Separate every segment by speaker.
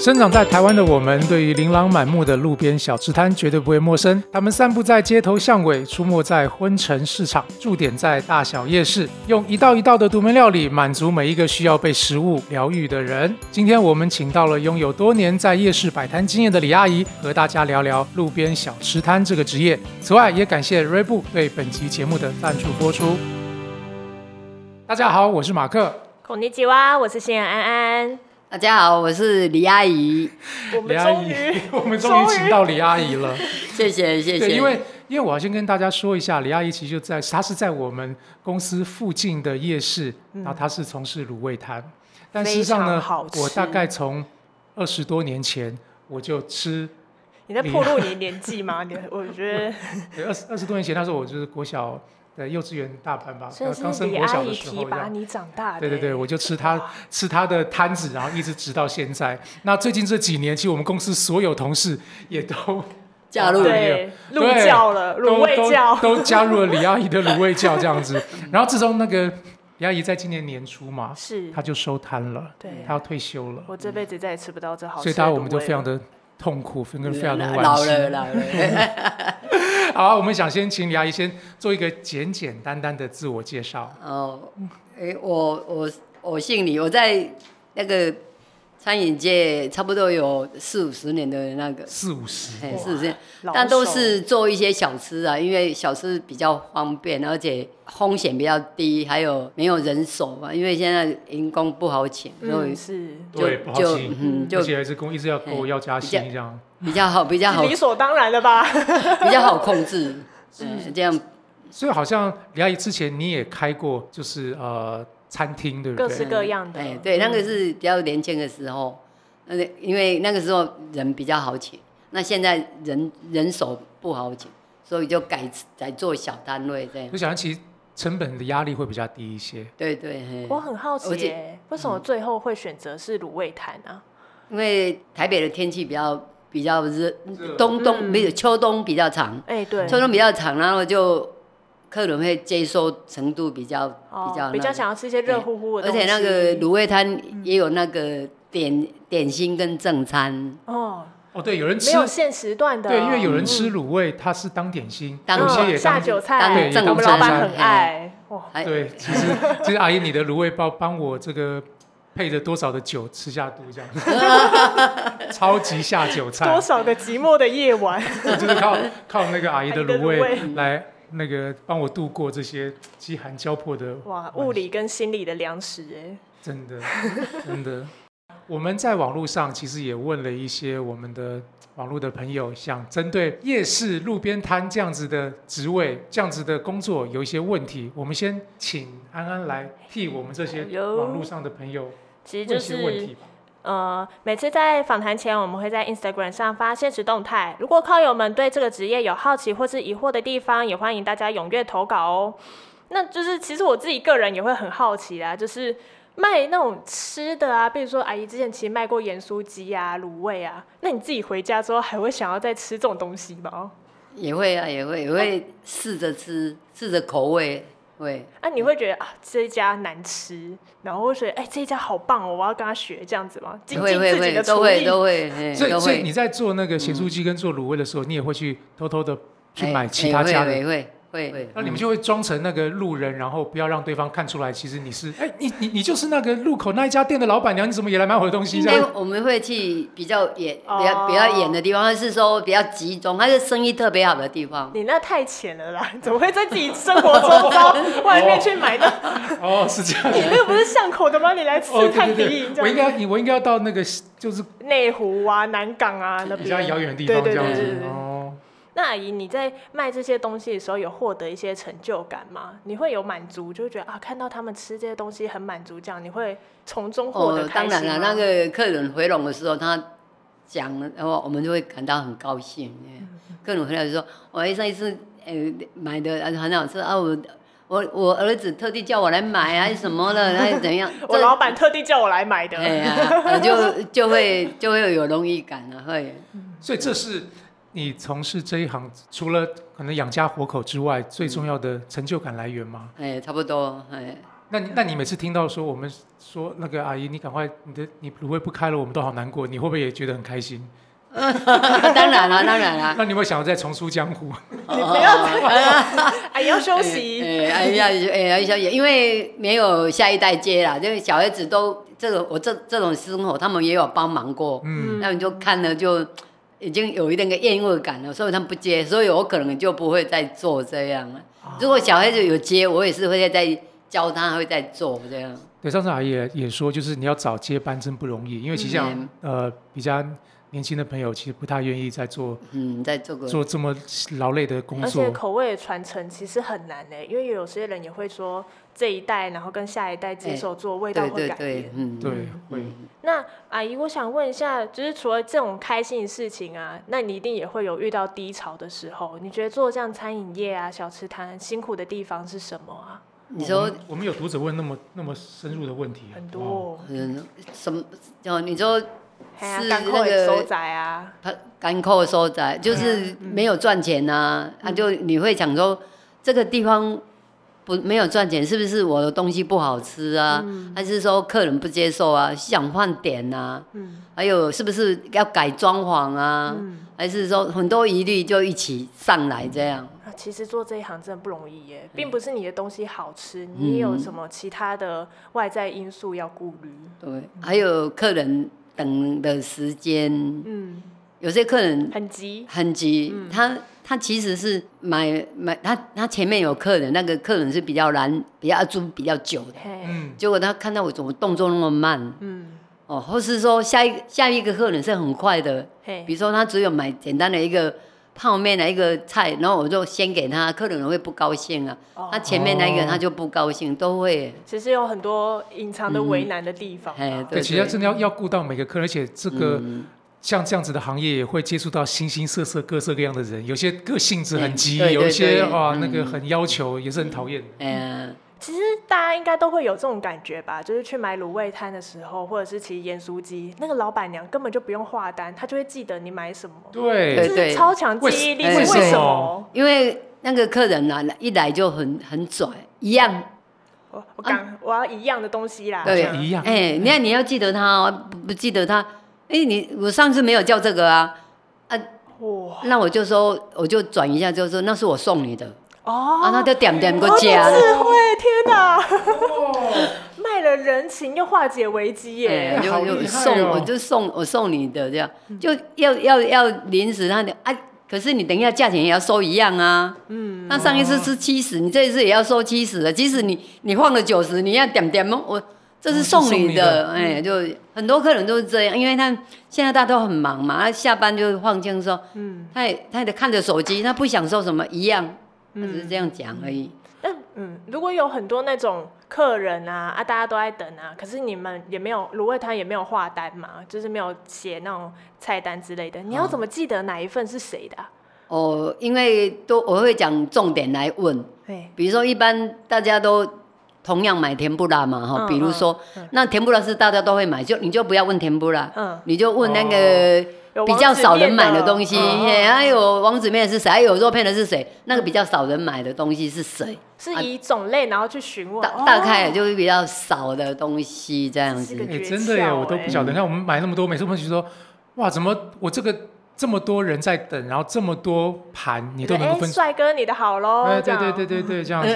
Speaker 1: 生长在台湾的我们，对于琳琅满目的路边小吃摊绝对不会陌生。他们散布在街头巷尾，出没在昏沉市场，驻点在大小夜市，用一道一道的独门料理满足每一个需要被食物疗愈的人。今天我们请到了拥有多年在夜市摆摊经验的李阿姨，和大家聊聊路边小吃摊这个职业。此外，也感谢 r e b o 对本集节目的赞助播出。大家好，我是马克。
Speaker 2: 孔尼吉哇，我是新人安安，
Speaker 3: 大家好，我是李阿姨，
Speaker 2: 我
Speaker 1: 李
Speaker 2: 们
Speaker 1: 阿
Speaker 2: 终
Speaker 1: 姨
Speaker 2: 于，
Speaker 1: 我们终于
Speaker 2: 终于
Speaker 1: 请到李阿姨了。
Speaker 3: 谢谢谢
Speaker 1: 对，
Speaker 3: 谢。
Speaker 1: 因为因为我要先跟大家说一下，李阿姨其实就在，她是在我们公司附近的夜市，然后她是从事卤味摊，但事实上
Speaker 2: 嗯非
Speaker 1: 呢
Speaker 2: 常好，吃
Speaker 1: 我大概从二十多年前我就吃，
Speaker 2: 你在破露你的年纪吗？你我觉得，
Speaker 1: 二十二十多年前那时候我就是国小的幼稚园大班吧，
Speaker 2: 所
Speaker 1: 刚
Speaker 2: 以
Speaker 1: 刚
Speaker 2: 是
Speaker 1: 升
Speaker 2: 李
Speaker 1: 国
Speaker 2: 阿
Speaker 1: 小的
Speaker 2: 姨
Speaker 1: 时
Speaker 2: 提
Speaker 1: 候这
Speaker 2: 拔
Speaker 1: 样。
Speaker 2: 你长大的，
Speaker 1: 对对对，，我就吃她吃她的摊子，然后一直直到现在。那最近这几年，其实我们公司所有同事也都
Speaker 3: 加入
Speaker 2: 对，
Speaker 1: 对
Speaker 2: 入教了，
Speaker 1: 都
Speaker 2: 卤味教，
Speaker 1: 都都加入了李阿姨的卤味教这样 子。然后自从那个李阿姨在今年年初嘛，
Speaker 2: 是
Speaker 1: 她，就收摊了，
Speaker 2: 对
Speaker 1: 她要退休了，
Speaker 2: 我这辈子再也吃不到这好吃
Speaker 1: 所
Speaker 2: 的卤味了，嗯
Speaker 1: 以大家我们都非常的痛苦，跟跟非常的惋
Speaker 3: 老了
Speaker 1: 惜。
Speaker 3: 老了，
Speaker 1: 好，我们想先请李阿姨先做一个简简单单的自我介绍。
Speaker 3: 哦，诶，我我我姓李，我在那个餐饮界差不多有四五十年的那个，
Speaker 1: 四五十，
Speaker 3: 哎，四五十年，
Speaker 2: 老
Speaker 3: 但都
Speaker 2: 手
Speaker 3: 是做一些小吃啊，因为小吃比较方便，而且风险比较低，还有没有人手嘛，因为现在员工不好请，所以
Speaker 2: 嗯是
Speaker 3: 就
Speaker 1: 对不好
Speaker 3: 就
Speaker 1: 请
Speaker 3: 嗯
Speaker 1: 而
Speaker 3: 就
Speaker 1: 且还是工一直要给我要加薪
Speaker 2: 哎
Speaker 1: 这样。
Speaker 3: 比较好比 较好
Speaker 2: 理所当然的吧？
Speaker 3: 比较好控制，嗯，这样
Speaker 1: 所以好像李阿姨之前你也开过，就是呃餐厅，对不
Speaker 2: 各式
Speaker 1: 对？
Speaker 2: 各样的
Speaker 3: 哎，，对，那个是比较年轻的时候，那个因为那个时候人比较好请，那现在人人手不好请，所以就改改做小单位这样
Speaker 1: 我。想其实成本的压力会比较低一些。
Speaker 3: 对对，嘿
Speaker 2: 我很好奇
Speaker 3: 而且
Speaker 2: 耶，为什么最后会选择是卤味摊啊？
Speaker 3: 因为台北的天气比较比较热
Speaker 1: 热，
Speaker 3: 冬冬
Speaker 2: 嗯
Speaker 3: 没有秋冬比较长，
Speaker 2: 哎，对，
Speaker 3: 秋冬比较长，然后就客人会接受程度比较
Speaker 2: 哦
Speaker 3: 比较
Speaker 2: 比
Speaker 3: 那
Speaker 2: 较
Speaker 3: 个
Speaker 2: 想要吃一些热乎乎的
Speaker 3: 而
Speaker 2: 东西，嗯
Speaker 3: 且那个卤味摊也有那个点点心跟正餐
Speaker 2: 哦，
Speaker 1: 哦，对，有人吃
Speaker 2: 没有限时段的，
Speaker 1: 对，因为有人吃卤味，它是当点心，
Speaker 3: 嗯当
Speaker 1: 有
Speaker 3: 点
Speaker 1: 些
Speaker 2: 嗯
Speaker 1: 也
Speaker 2: 下
Speaker 1: 当。
Speaker 2: 酒
Speaker 3: 当
Speaker 2: 菜，
Speaker 1: 对
Speaker 2: 我们
Speaker 1: 当
Speaker 2: 老
Speaker 1: 正餐哎
Speaker 2: 板很爱哇，
Speaker 3: 还
Speaker 1: 对，其实其实阿姨，你的卤味包帮我这个配着多少的酒吃下肚这样， 超级下酒菜
Speaker 2: 多，少个寂寞的夜 晚，
Speaker 1: 就是靠靠那个阿姨的卤
Speaker 2: 阿姨的
Speaker 1: 味来那个帮我度过这些饥寒交迫的
Speaker 2: 哇，物理跟心理的粮食哎，
Speaker 1: 真的，真的。 我们在网络上其实也问了一些我们的网络的朋友，想针对夜市、路边摊这样子的职位、这样子的工作有一些问题。我们先请安安来替我们这些
Speaker 2: 哎呦
Speaker 1: 网络上的朋友
Speaker 2: 其实
Speaker 1: 问
Speaker 2: 就
Speaker 1: 一些问题
Speaker 2: 是
Speaker 1: 吧。
Speaker 2: 呃，每次在访谈前，我们会在 Instagram 上发现实动态。如果靠友们对这个职业有好奇或是疑惑的地方，也欢迎大家踊跃投稿哦。那就是其实我自己个人也会很好奇啦，就是卖那种吃的啊，比如说阿姨之前其实卖过盐酥鸡啊、卤味啊，那你自己回家之后还会想要再吃这种东西吗？
Speaker 3: 也会啊，也会也会试着吃，试着口味，会
Speaker 2: 啊，你会觉得啊这一家难吃，然后会觉得哎、这一家好棒哦，我要跟他学这样子吗？精
Speaker 3: 会
Speaker 2: 进自
Speaker 3: 会
Speaker 2: 己
Speaker 3: 会
Speaker 2: 的
Speaker 3: 都
Speaker 2: 厨
Speaker 3: 会
Speaker 2: 艺，
Speaker 3: 都会，嘿
Speaker 1: 所以，
Speaker 3: 都
Speaker 1: 所以你
Speaker 3: 会
Speaker 1: 在做那个咸酥鸡跟做卤味的时候，你也会去偷偷的去
Speaker 3: 哎
Speaker 1: 买其
Speaker 3: 哎
Speaker 1: 他
Speaker 3: 会
Speaker 1: 家的。
Speaker 3: 会会会会，嗯
Speaker 1: 那你们就会装成那个路人，然后不要让对方看出来，其实你是，哎，你你你就是那个路口那一家店的老板娘，你怎么也来买我的东西？
Speaker 3: 因
Speaker 1: 这
Speaker 3: 为
Speaker 1: 样
Speaker 3: 我们会去比较远、比
Speaker 2: 哦
Speaker 3: 较比较远的地方，或是说比较集中，它是生意特别好的地方。
Speaker 2: 你那太浅了啦，怎么会在自己生活周 遭
Speaker 3: 哦
Speaker 2: 外面去买到？
Speaker 1: 哦，是这样。
Speaker 2: 你那个不是巷口的吗？你来
Speaker 1: 哦，
Speaker 2: 试
Speaker 1: 对
Speaker 2: 探
Speaker 1: 对
Speaker 2: 敌营
Speaker 1: 对，
Speaker 2: 这
Speaker 1: 我应
Speaker 2: 样子。
Speaker 1: 该你我应该要到那个就是
Speaker 2: 内湖啊，南港啊那
Speaker 1: 比较
Speaker 2: 边。
Speaker 1: 遥远的地方这
Speaker 2: 对对
Speaker 1: 样
Speaker 3: 对
Speaker 1: 子
Speaker 2: 对对
Speaker 1: 哦。
Speaker 2: 那阿姨，你在卖这些东西的时候，有获得一些成就感吗？你会有满足，就会觉得啊，看到他们吃这些东西很满足，这样你会从中获得
Speaker 3: 哦，
Speaker 2: 开
Speaker 3: 当
Speaker 2: 心
Speaker 3: 然了、
Speaker 2: 吗？”
Speaker 3: 那个客人回笼的时候，他讲了，然后我们就会感到很高兴。哎客人回来就说：“我上一次呃买的呃很好吃啊，我我我儿子特地叫我来买啊，什么的，然后怎样
Speaker 2: 我
Speaker 3: 这
Speaker 2: 老板特地叫我来买的。
Speaker 3: 哎呀，呃就就会就会有荣誉感了、会
Speaker 1: 所以这是你从事这一行除了可能养家活口之外最重要的成就感来源吗？
Speaker 2: 嗯
Speaker 3: 哎，差不多哎，
Speaker 1: 那你那你每次听到说我们说那个阿姨，你赶快你的你芦荟不开了，我们都好难过，你会不会也觉得很开心？
Speaker 3: 当然啦，当
Speaker 2: 啊
Speaker 3: 然啦。
Speaker 1: 那你有没有想要再重出江湖？
Speaker 2: 你不要再阿姨要休息。
Speaker 3: 哎，哎呀，哎呀，小姐，因为没有下一代接啦，就是小孩子都这种，我这这种生活，他们也有帮忙过，
Speaker 1: 嗯，
Speaker 3: 那你就看了就已经有一点个厌恶感了，所以他们不接，所以我可能就不会再做这样了。如果小孩子有接，我也是会再教他，会再做这样。
Speaker 1: 对，上次阿姨也也说，就是你要找接班真不容易，因为其实像、
Speaker 3: 嗯
Speaker 1: 呃比较年轻的朋友，其实不太愿意再做
Speaker 3: 嗯，再做个
Speaker 1: 做这么劳累的工
Speaker 2: 而且
Speaker 1: 作。
Speaker 2: 口味的传承其实很难呢、因为有些人也会说这一代，然后跟下一代接手做，味道
Speaker 3: 对
Speaker 2: 会
Speaker 3: 对
Speaker 2: 改
Speaker 3: 对
Speaker 2: 变，。
Speaker 3: 嗯，
Speaker 1: 对，会
Speaker 2: 那阿姨，我想问一下，就是除了这种开心的事情啊，那你一定也会有遇到低潮的时候。你觉得做这样餐饮业啊、小吃摊辛苦的地方是什么啊？
Speaker 3: 你
Speaker 1: 我
Speaker 3: 说
Speaker 1: 们我们有读者问那么那么深入的问题啊，
Speaker 2: 很多、
Speaker 1: 哇
Speaker 2: 哦，
Speaker 3: 嗯什么？哦，你说
Speaker 2: 哎呀
Speaker 3: 是，
Speaker 2: 干
Speaker 3: 那
Speaker 2: 扣
Speaker 3: 个
Speaker 2: 也收窄啊，
Speaker 3: 他干扣收窄，就是
Speaker 2: 嗯
Speaker 3: 没有赚钱呐、啊，就你会想说这个地方不没有赚钱，是不是我的东西不好吃啊？还是说客人不接受啊？想换点呐、
Speaker 2: 嗯
Speaker 3: 还有是不是要改装潢啊？
Speaker 2: 嗯
Speaker 3: 还是说很多疑虑就一起上来这样？
Speaker 2: 啊，其实做这一行真的不容易耶，并不是你的东西好吃，你也有什么其他的外在因素要顾虑。
Speaker 3: 对，
Speaker 2: 嗯
Speaker 3: 还有客人等的时间，
Speaker 2: 嗯，
Speaker 3: 有些客人
Speaker 2: 很急，
Speaker 3: 很急，
Speaker 2: 嗯
Speaker 3: 他他其实是买买他他前面有客人，那个客人是比较难，比较租比较久的，
Speaker 2: 嘿，
Speaker 1: 嗯，
Speaker 3: 结果他看到我怎么动作那么慢
Speaker 2: 嗯，
Speaker 3: 哦，或是说下一下一个客人是很快的，比
Speaker 2: 嘿，
Speaker 3: 如说他只有买简单的一个泡面啊的一个菜，然后我就先给他，客人会不高兴啊，
Speaker 2: 哦
Speaker 3: 他前面那个
Speaker 1: 哦
Speaker 3: 他就不高兴，都会，
Speaker 2: 其实有很多隐藏的为难的地方啊、
Speaker 3: 哎，
Speaker 1: 对，其实真的要要顾到每个客人，而且这个。
Speaker 3: 嗯
Speaker 1: 像这样子的行业也会接触到形形色色、各色各样的人，有些个性质很急，
Speaker 3: 嗯对对
Speaker 1: 有一些
Speaker 3: 对
Speaker 1: 哇、
Speaker 3: 嗯
Speaker 1: 那个很要求，也是很讨厌的。
Speaker 3: 哎呀，
Speaker 2: 其实大家应该都会有这种感觉吧，就是去买卤味摊的时候，或者是骑盐酥鸡，那个老板娘根本就不用画单，她就会记得你买什么，
Speaker 1: 对
Speaker 2: 这
Speaker 3: 对
Speaker 2: 是超强记忆力，是
Speaker 3: 为
Speaker 2: 为
Speaker 3: 什
Speaker 2: 什
Speaker 1: 么
Speaker 2: 么？
Speaker 3: 因为那个客人啊，一来就很很拽，一样
Speaker 2: 我我刚我要一样的东西啦，
Speaker 3: 对
Speaker 2: 这样
Speaker 1: 一样，嗯
Speaker 3: 哎、你看你要记得他哦，不不记得他，哎、你我上次没有叫这个啊，
Speaker 2: 哇
Speaker 3: 那我就说我就转一下，就说那是我送你的，啊，
Speaker 2: 哦，
Speaker 3: 那就点点个
Speaker 2: 好有智
Speaker 3: 加，
Speaker 2: 慧，天哪，卖了人情又化解危机
Speaker 3: 哎
Speaker 2: 耶，
Speaker 1: 好
Speaker 3: 就
Speaker 1: 厉害
Speaker 3: 就
Speaker 1: 哦
Speaker 3: 送我就送我送你的这样，就要要要临时他的啊，可是你等一下价钱也要收一样啊，
Speaker 2: 嗯，
Speaker 3: 那上一次是七十，你这一次也要收七十的，即使你你放了九十，你要点点吗？我这哦是送
Speaker 1: 嗯是送
Speaker 3: 你
Speaker 1: 你的
Speaker 3: 的，哎、就很多客人都是这样，因为他现在大家都很忙嘛，他下班就放轻松，
Speaker 2: 嗯
Speaker 3: 他也他也得看着手机，他不想说什么一样，他只是
Speaker 2: 嗯
Speaker 3: 这样讲而已。
Speaker 2: 但嗯，如果有很多那种客人啊啊，大家都在等啊，可是你们也没有卤味摊也没有画单嘛，就是没有写那种菜单之类的，你要怎么记得哪一份是谁的、啊？
Speaker 3: 哦，因为都我会讲重点来问，
Speaker 2: 对，
Speaker 3: 比如说一般大家都同样买甜不辣嘛哈，
Speaker 2: 嗯
Speaker 3: 比如说、
Speaker 2: 嗯嗯
Speaker 3: 那甜不辣是大家都会买，就你就不要问甜不辣，
Speaker 2: 嗯，
Speaker 3: 你就问那
Speaker 1: 哦
Speaker 3: 个。
Speaker 2: 有
Speaker 3: 比较少人
Speaker 2: 王子
Speaker 3: 买
Speaker 2: 面
Speaker 3: 的
Speaker 2: 的
Speaker 3: 东西，
Speaker 2: 嗯
Speaker 3: 嘿还有王子面是谁？还有肉片的是谁？那个比较少人买的东西是谁？
Speaker 2: 是
Speaker 3: 啊
Speaker 2: 以种类然后去询问，
Speaker 3: 大
Speaker 2: 哦
Speaker 3: 大概也就是比较少的东西这样
Speaker 2: 这是一个。
Speaker 3: 子
Speaker 1: 哎、
Speaker 2: 诀
Speaker 1: 真的耶，
Speaker 2: 窍
Speaker 1: 我都不
Speaker 2: 哎
Speaker 1: 晓得。你看我们买那么多，每次问题说，哇，怎么我这个这么多人在等，然后这么多盘，你
Speaker 2: 你
Speaker 1: 都能够
Speaker 2: 哎，
Speaker 1: 分
Speaker 2: 帅哥你的好喽，
Speaker 1: 哎，
Speaker 2: 这
Speaker 1: 对
Speaker 2: 样
Speaker 1: 对对，对 对，这样子。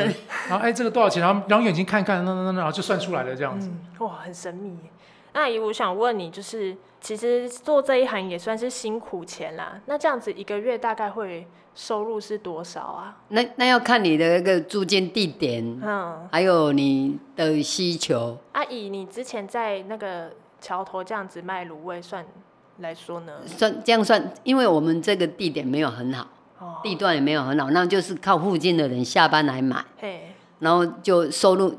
Speaker 1: 然后哎，这个多少钱？然后然后眼睛看看，那那那，然后就算出来了，这样子。
Speaker 2: 嗯，哇，很神秘耶。那阿姨，我想问你，就是其实做这一行也算是辛苦钱啦，那这样子一个月大概会收入是多少啊？
Speaker 3: 那那要看你的那个住建地点，
Speaker 2: 嗯，
Speaker 3: 还有你的需求。
Speaker 2: 阿姨，你之前在那个桥头这样子卖卤味算来说呢？
Speaker 3: 算这样算，因为我们这个地点没有很好，
Speaker 2: 哦，
Speaker 3: 地段也没有很好，那就是靠附近的人下班来买，
Speaker 2: 嘿，
Speaker 3: 然后就收入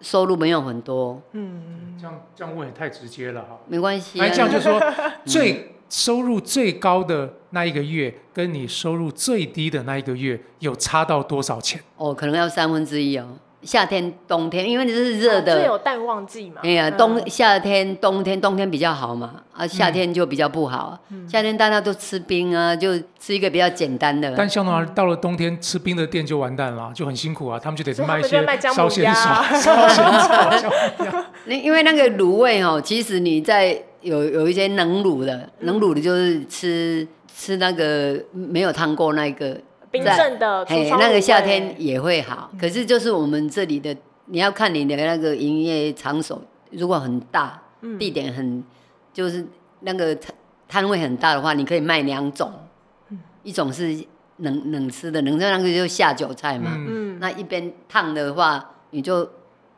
Speaker 3: 收入没有很多，
Speaker 2: 嗯，
Speaker 1: 这样这样问也太直接了哈。
Speaker 3: 没关系、啊。
Speaker 1: 哎，这样就说最收 入最高的那一个月，跟你收入最低的那一个月有差到多少钱？
Speaker 3: 哦，可能要三分之一哦。夏天、冬天，因为这是热
Speaker 2: 最
Speaker 3: 的，
Speaker 2: 哦有淡旺季嘛。
Speaker 3: 哎呀，
Speaker 2: 嗯
Speaker 3: 冬夏天、冬天、冬天比较好嘛，啊，夏天就比较不好。啊
Speaker 2: 嗯
Speaker 3: 夏天大家都吃冰啊，就吃一个比较简单
Speaker 2: 嗯
Speaker 3: 的。
Speaker 1: 但香农到了冬天，吃冰的店就完蛋了，就很辛苦啊，他们就得
Speaker 2: 所以他
Speaker 1: 卖
Speaker 2: 们
Speaker 1: 一
Speaker 2: 就
Speaker 1: 些
Speaker 2: 卖姜母
Speaker 1: 烧仙
Speaker 2: 鸭
Speaker 1: 草、 烧仙草、烧仙草。
Speaker 3: 那因为那个卤味哈、其实你在有有一些冷卤的，
Speaker 2: 嗯
Speaker 3: 冷卤的就是吃吃那个没有烫过那个，
Speaker 2: 冰
Speaker 3: 在
Speaker 2: 镇的橱窗
Speaker 3: 那
Speaker 2: 卤
Speaker 3: 个
Speaker 2: 味
Speaker 3: 夏天也会好。
Speaker 2: 嗯
Speaker 3: 可是就是我们这里的，你要看你的那个营业场所，如果很大，
Speaker 2: 嗯
Speaker 3: 地点很就是那个摊摊位很大的话，你可以卖两种，
Speaker 2: 嗯
Speaker 3: 一种是冷冷吃的，冷吃的那个就下酒菜嘛，
Speaker 1: 嗯，
Speaker 2: 嗯，
Speaker 3: 那一边烫的话，你就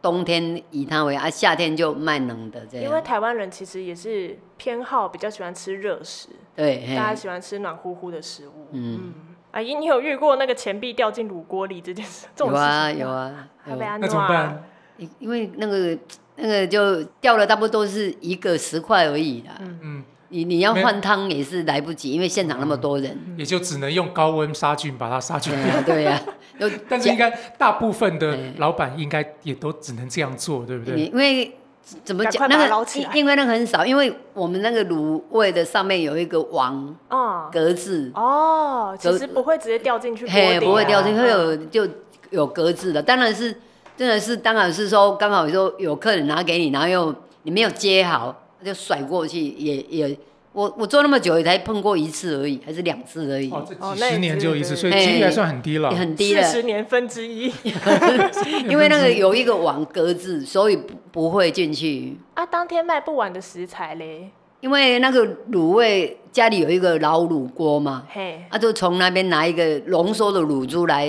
Speaker 3: 冬天以它为啊，夏天就卖冷的这
Speaker 2: 因为
Speaker 3: 样。
Speaker 2: 台湾人其实也是偏好比较喜欢吃热食，
Speaker 3: 对，嘿
Speaker 2: 大家喜欢吃暖乎乎的食物。
Speaker 3: 嗯，
Speaker 2: 阿姨，你有遇过那个钱币掉进卤锅里这件事？这
Speaker 3: 有
Speaker 2: 种事
Speaker 3: 啊
Speaker 2: 情
Speaker 3: 有
Speaker 2: 吗，
Speaker 3: 啊，有
Speaker 2: 还被安
Speaker 1: 那怎么
Speaker 2: 诺啊
Speaker 1: 办？
Speaker 3: 因因为那个那个就掉了，差不多是一个十块而已啦。
Speaker 1: 嗯，
Speaker 3: 你你要
Speaker 1: 没嗯
Speaker 3: 换汤也是来不及，因为现场那么多人。
Speaker 1: 也就只能用高温杀菌把它杀菌
Speaker 3: 对
Speaker 1: 掉。
Speaker 3: 呀、对啊 呀、就
Speaker 1: 但是应该大部分的
Speaker 3: 对
Speaker 1: 老板应该也都只能这样做，对不
Speaker 3: 你
Speaker 1: 对？
Speaker 3: 因为怎么
Speaker 2: 赶快
Speaker 3: 讲
Speaker 2: 把
Speaker 3: 那
Speaker 2: 它
Speaker 3: 个
Speaker 2: 捞起来
Speaker 3: 因因为那个很少，因为我们那个卤味的上面有一个网
Speaker 2: 啊、
Speaker 3: 格子，
Speaker 2: 哦，其
Speaker 3: 隔
Speaker 2: 实不会直接掉进去锅底、
Speaker 3: 嘿，
Speaker 2: 啊，
Speaker 3: 不会掉进去，会
Speaker 2: 嗯
Speaker 3: 有就有格子的。当然是，真的是，当然是说，刚好说有客人拿给你，然后又你没有接好，就甩过去，也也，我我做那么久也才碰过一次而已，还是两次而已，
Speaker 1: 哦，这
Speaker 2: 哦啊
Speaker 1: 几
Speaker 2: 那也
Speaker 1: 十年
Speaker 2: 是
Speaker 1: 就一次，所以
Speaker 3: 对
Speaker 1: 几率还算很低了
Speaker 3: 也。很低
Speaker 2: 四
Speaker 3: 了。
Speaker 2: 十年分之一
Speaker 3: 因为那个有一个网格子，所以不不会进去。
Speaker 2: 啊！当天卖不完的食材嘞，
Speaker 3: 因为那个卤味家里有一个老卤锅嘛，
Speaker 2: 嘿，
Speaker 3: 啊，就从那边拿一个浓缩的卤猪来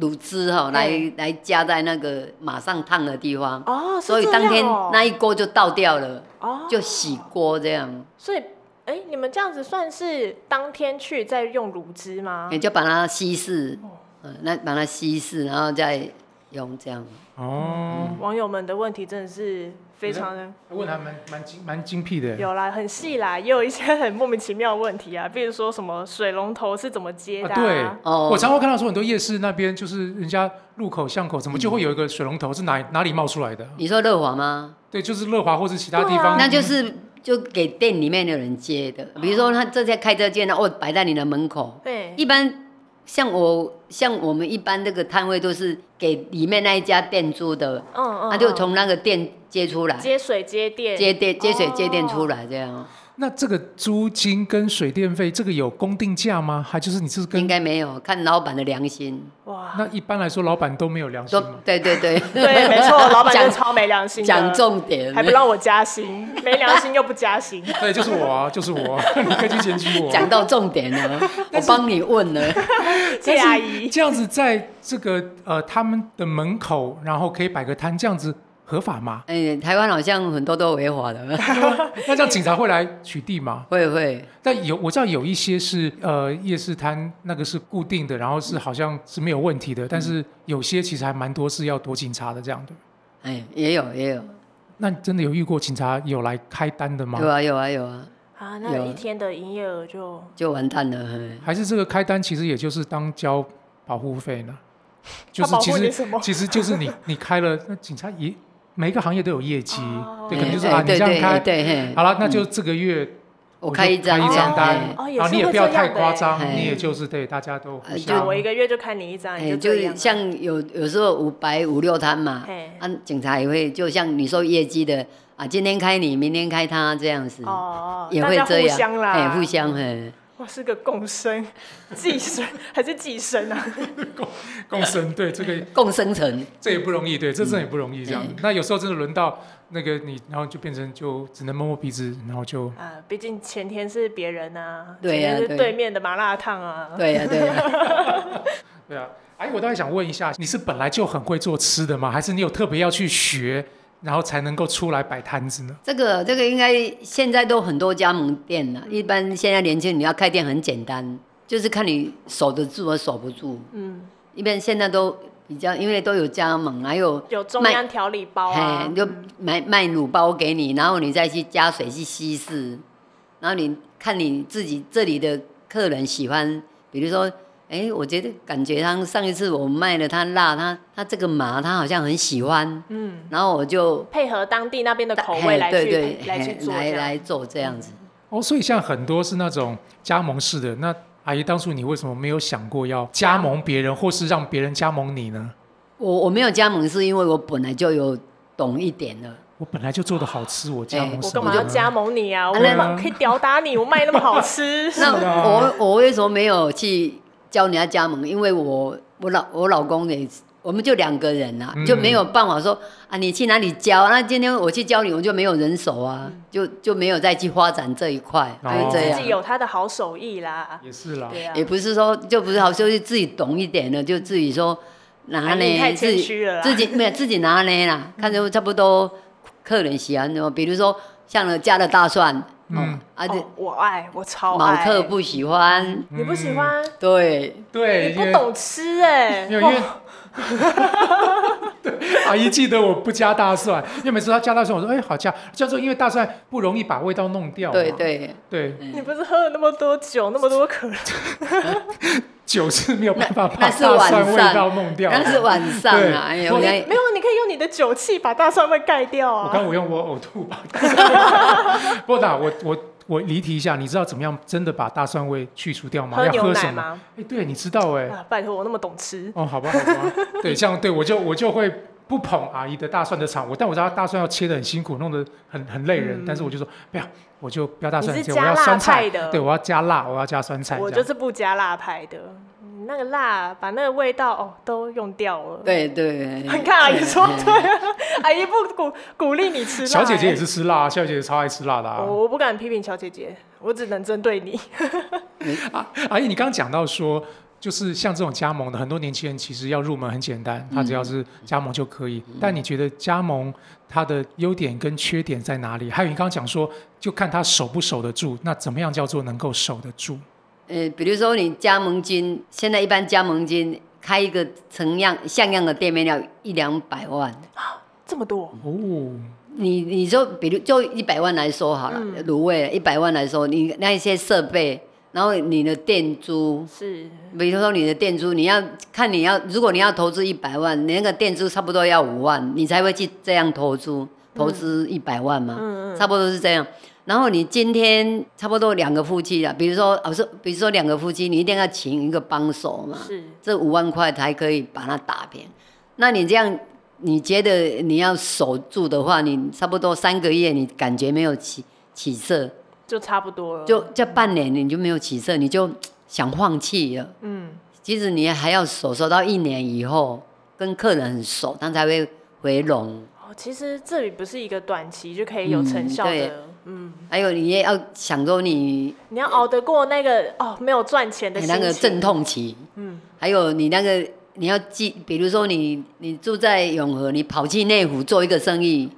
Speaker 3: 卤汁哈、来
Speaker 2: 对
Speaker 3: 来加在那个马上烫的地方。
Speaker 2: 哦，是
Speaker 3: 所以
Speaker 2: 这
Speaker 3: 当
Speaker 2: 样
Speaker 3: 天
Speaker 2: 哦
Speaker 3: 那一锅就倒掉了，
Speaker 2: 哦，
Speaker 3: 就洗锅这样，
Speaker 2: 所以哎、你们这样子算是当天去再用卤汁吗
Speaker 3: 也？就把它稀释，嗯，那把它稀释，然后再用这样。嗯
Speaker 1: 哦，
Speaker 2: 网友们的问题真的是非常的
Speaker 1: 问还蛮蛮精蛮精辟的。啊
Speaker 2: 有啦，很细啦，也有一些很莫名其妙的问题啊，比如说什么水龙头是怎么接的、
Speaker 1: 啊对
Speaker 3: 哦
Speaker 1: 我常会看到说很多夜市那边就是人家路口巷口怎么就会有一个水龙头，是哪哪里冒出来的？
Speaker 3: 你说乐华吗？
Speaker 1: 对，就是乐华或是其他地
Speaker 2: 对啊
Speaker 1: 方。
Speaker 3: 那就是就给店里面的人接的，比如说他这家开这间呢，哦，摆在你的门口。
Speaker 2: 对
Speaker 3: 一般像我像我们一般这个摊位都是给里面那一家店租的，
Speaker 2: 嗯嗯，
Speaker 3: 他就
Speaker 2: 嗯
Speaker 3: 从那个店接出来，
Speaker 2: 接哦水接电
Speaker 3: 接电接水接电出
Speaker 2: 来。
Speaker 3: 来这样，
Speaker 1: 那这个租金跟水电费，这个有公定价吗？还就是你是
Speaker 3: 应
Speaker 1: 跟
Speaker 3: 该没有看老板的良心。
Speaker 2: 哇，
Speaker 1: 那一般来说老板都没有良心
Speaker 3: 都
Speaker 1: 哦吗？
Speaker 3: 对对对
Speaker 2: 对，没错，老板真的
Speaker 3: 讲
Speaker 2: 超没良心的，
Speaker 3: 讲重点，
Speaker 2: 还不让我加薪，没良心又不加薪。
Speaker 1: 对，就是我啊， 就是我，你可以去检举我。啊
Speaker 3: 讲到重 点了，我帮你问了，
Speaker 2: 谢谢阿姨，
Speaker 1: 这样子在这个呃他们的门口，然后可以摆个摊，这样子合法吗？
Speaker 3: 哎，台湾好像很多都违 法的，
Speaker 1: 那这样警察会来取缔吗？
Speaker 3: 会会，
Speaker 1: 但有我知道有一些是呃夜市摊那个是固定的，然后是好像是没有问题的，但是有些其实还蛮多是要躲警察的这样的。
Speaker 3: 哎，也有也有，
Speaker 1: 那你真的有遇过警察有来开单的吗
Speaker 3: 有？啊有啊有啊，
Speaker 2: 啊，那
Speaker 3: 有
Speaker 2: 一天的营业额就
Speaker 3: 就完蛋了，嘿
Speaker 1: 还是这个开单其实也就是当交保护费呢？就是
Speaker 2: 保护
Speaker 1: 其
Speaker 2: 你
Speaker 1: 实
Speaker 2: 什么
Speaker 1: 其实就是你你开了，那警察也每一个行业都有业绩，
Speaker 2: 哦
Speaker 1: 对，可能就是
Speaker 3: 哎
Speaker 1: 啊
Speaker 3: 哎
Speaker 1: 你
Speaker 3: 对
Speaker 1: 这样
Speaker 3: 对哎
Speaker 1: 开，
Speaker 3: 对，嘿
Speaker 1: 好了，那就这个月
Speaker 3: 我
Speaker 1: 就
Speaker 3: 开一张
Speaker 1: 开一张单
Speaker 3: 哎，
Speaker 2: 哦也
Speaker 1: 然后
Speaker 2: 是
Speaker 1: 你也
Speaker 2: 会
Speaker 1: 不要
Speaker 2: 这样
Speaker 1: 太
Speaker 2: 的
Speaker 1: 夸
Speaker 2: 欸
Speaker 1: 张，
Speaker 3: 哎
Speaker 1: 你也就是对大家都互
Speaker 3: 呃
Speaker 2: 啊，
Speaker 1: 相
Speaker 2: 我一个月就看你一张，
Speaker 3: 哎，
Speaker 2: 你
Speaker 3: 就
Speaker 2: 这样
Speaker 3: 是
Speaker 2: 啊。
Speaker 3: 像有有时候五百五六摊嘛
Speaker 2: 嘿，
Speaker 3: 啊，警察也会，就像你说业绩的啊，今天开你，明天开他这样子，
Speaker 2: 哦，
Speaker 3: 也
Speaker 2: 大
Speaker 3: 会
Speaker 2: 家
Speaker 3: 这
Speaker 2: 互相
Speaker 3: 样，
Speaker 2: 啦，
Speaker 3: 哎，互相嘿。
Speaker 2: 哇，是个共生， 寄生还是寄生啊？
Speaker 1: 共生，对这个
Speaker 3: 共生存，
Speaker 1: 这也不容易，对这真的也不容易这样
Speaker 3: 嗯。
Speaker 1: 那有时候真的轮到那个你，然后就变成就只能摸摸鼻子，然后就
Speaker 2: 啊，毕竟前天是别人啊，
Speaker 3: 对
Speaker 2: 前
Speaker 3: 呀
Speaker 2: 天是
Speaker 3: 对
Speaker 2: 对面的麻辣烫啊，
Speaker 3: 对呀对呀。
Speaker 1: 对啊。哎，我倒还想问一下，你是本来就很会做吃的吗？还是你有特别要去学，然后才能够出来摆摊子呢？
Speaker 3: 这个这个应该现在都很多加盟店了，一般现在年轻人你要开店很简单，就是看你守得住和守不住。
Speaker 2: 嗯，
Speaker 3: 一般现在都比较，因为都有加盟，还有
Speaker 2: 有中
Speaker 3: 卖
Speaker 2: 央调理包啊
Speaker 3: 嘿，，就买卖卤包给你，然后你再去加水去稀释，然后你看你自己这里的客人喜欢，比如说，哎、哎，我觉得感觉他上一次我卖了他辣，他他这个麻他好像很喜欢，
Speaker 2: 嗯，
Speaker 3: 然后我就
Speaker 2: 配合当地那边的口
Speaker 3: 嘿
Speaker 2: 味来去
Speaker 3: 对对
Speaker 2: 来
Speaker 3: 嘿
Speaker 2: 去做这
Speaker 3: 来
Speaker 2: 样
Speaker 3: 来做这样子。
Speaker 1: 哦，所以像很多是那种加盟式的。那阿姨当初你为什么没有想过要加盟别人，或是让别人加盟你呢？
Speaker 3: 我我没有加盟是因为我本来就有懂一点了，
Speaker 1: 我本来就做的好吃，我加盟
Speaker 3: 哎
Speaker 2: 我
Speaker 1: 什
Speaker 2: 干
Speaker 1: 么
Speaker 2: 嘛
Speaker 1: 呢？
Speaker 2: 要加盟你
Speaker 3: 嗯
Speaker 2: 啊？我
Speaker 1: 对啊
Speaker 2: 干嘛可以吊打你，我卖那么好 吃。
Speaker 3: 那
Speaker 1: 啊
Speaker 3: 我我为什么没有去教人家加盟？因为我我老我老公也，我们就两个人啊，
Speaker 1: 嗯
Speaker 3: 就没有办法说啊，你去哪里教？那今天我去教你，我就没有人手啊，就就没有再去发展这一块，
Speaker 1: 哦
Speaker 3: 就是这
Speaker 2: 自己
Speaker 3: 样。
Speaker 2: 有他的好手艺啦，
Speaker 1: 也是啦，
Speaker 2: 对啊
Speaker 3: 也。不是说就不是好，就是自己懂一点了，就自己说拿
Speaker 2: 哎你太
Speaker 3: 呢，自
Speaker 2: 谦
Speaker 3: 己
Speaker 2: 虚了啦
Speaker 3: 自己没有自己拿 呢啦，看着差不多客人喜欢什么，比如说像了加了大蒜，
Speaker 1: 嗯
Speaker 3: 嗯，而且
Speaker 2: 哦我爱，我超
Speaker 3: 毛
Speaker 2: 爱。
Speaker 3: 克不喜欢，
Speaker 2: 你不喜欢？
Speaker 3: 对，
Speaker 1: 对，
Speaker 2: 你
Speaker 1: 因
Speaker 2: 不
Speaker 1: 为
Speaker 2: 懂吃哎、
Speaker 1: 没有，因为
Speaker 2: 哇
Speaker 1: 对阿姨记得我不加大蒜，因为每次她加大蒜，我说哎、好加，叫做因为大蒜不容易把味道弄掉嘛。
Speaker 3: 对对，
Speaker 1: 对，
Speaker 2: 你不是喝了那么多酒，那么多可乐，
Speaker 1: 酒是没有办法把
Speaker 3: 那
Speaker 1: 大
Speaker 3: 是晚
Speaker 1: 蒜味道
Speaker 3: 上，
Speaker 1: 弄掉的。
Speaker 3: 那是晚上
Speaker 1: 对
Speaker 3: 啊，哎呀，
Speaker 1: 我
Speaker 3: 我
Speaker 1: 对
Speaker 3: 来
Speaker 2: 没有，你可以用你的酒气把大蒜味盖掉
Speaker 1: 我
Speaker 2: 啊。
Speaker 1: 刚我用我呕吐 吧。不打我我我离题一下，你知道怎么样真的把大蒜味去除掉吗？
Speaker 2: 喝
Speaker 1: 要
Speaker 2: 牛
Speaker 1: 喝
Speaker 2: 奶
Speaker 1: 什么？
Speaker 2: 吗？
Speaker 1: 哎、对，你知道哎、
Speaker 2: 啊，拜托，我那么懂吃，
Speaker 1: 哦，好吧，好吧，对，这样对我就我就会不捧阿姨的大蒜的场，我但我知道大蒜要切的很辛苦，弄得很很累人，
Speaker 2: 嗯
Speaker 1: 但是我就说不要，我就不要大蒜
Speaker 2: 你
Speaker 1: 切，
Speaker 2: 是
Speaker 1: 我
Speaker 2: 加
Speaker 1: 要
Speaker 2: 辣
Speaker 1: 酸菜
Speaker 2: 派的
Speaker 1: 对，我要加辣，我要加酸菜，
Speaker 2: 我
Speaker 1: 这
Speaker 2: 就
Speaker 1: 样
Speaker 2: 是不加辣派的，嗯那个辣把那个味道哦都用掉了。，
Speaker 3: 对对，
Speaker 2: 你 看阿姨说
Speaker 3: 嗯
Speaker 2: 对啊，阿姨不鼓鼓励你吃辣、
Speaker 1: 小姐姐也
Speaker 2: 欸。哦
Speaker 1: 是吃辣啊，小姐姐超爱吃辣的啊。
Speaker 2: 我我不敢批评小姐姐，我只能针对你。
Speaker 1: 啊，阿姨，你刚刚讲到说，就是像这种加盟的，很多年轻人其实要入门很简单，他只
Speaker 2: 嗯
Speaker 1: 要是加盟就可以。但你觉得加盟它的优点跟缺点在哪里？还有你刚刚讲说，就看他守不守得住，那怎么样叫做能够守得住？
Speaker 3: 呃，比如说你加盟金，现在一般加盟金开一个成样像样的店面要一两百万，
Speaker 2: 这么
Speaker 3: 嗯
Speaker 2: 多，
Speaker 1: 哦，
Speaker 3: 你你就比如就一百万来说好了，
Speaker 2: 嗯
Speaker 3: 卤味一百万来说，你那一些设备，然后你的店租，
Speaker 2: 是
Speaker 3: 比如说你的店租，你要看你要，如果你要投资一百万，你那个店租差不多要五万，你才会去这样投资，投资一百万嘛，
Speaker 2: 嗯嗯嗯
Speaker 3: 差不多是这样。然后你今天差不多两个夫妻了，比如说，我说，比如说两个夫妻，你一定要请一个帮手嘛，
Speaker 2: 是，
Speaker 3: 这五万块才可以把它打平。那你这样，你觉得你要守住的话，你差不多三个月，你感觉没有起起色，
Speaker 2: 就差不多了。
Speaker 3: 就这半年你就没有起色，你就想放弃了。
Speaker 2: 嗯，
Speaker 3: 其实你还要守，守到一年以后，跟客人很熟，他才会回笼。
Speaker 2: 哦，其实这里不是一个短期就可以有成效
Speaker 3: 嗯对
Speaker 2: 的，嗯，
Speaker 3: 还有你也要想说你
Speaker 2: 你要熬得过那个哦没有赚钱的
Speaker 3: 你
Speaker 2: 心
Speaker 3: 哎那
Speaker 2: 情。
Speaker 3: 个阵痛期，
Speaker 2: 嗯，
Speaker 3: 还有你那个你要记，比如说你你住在永和，你跑去内湖做一个 生意，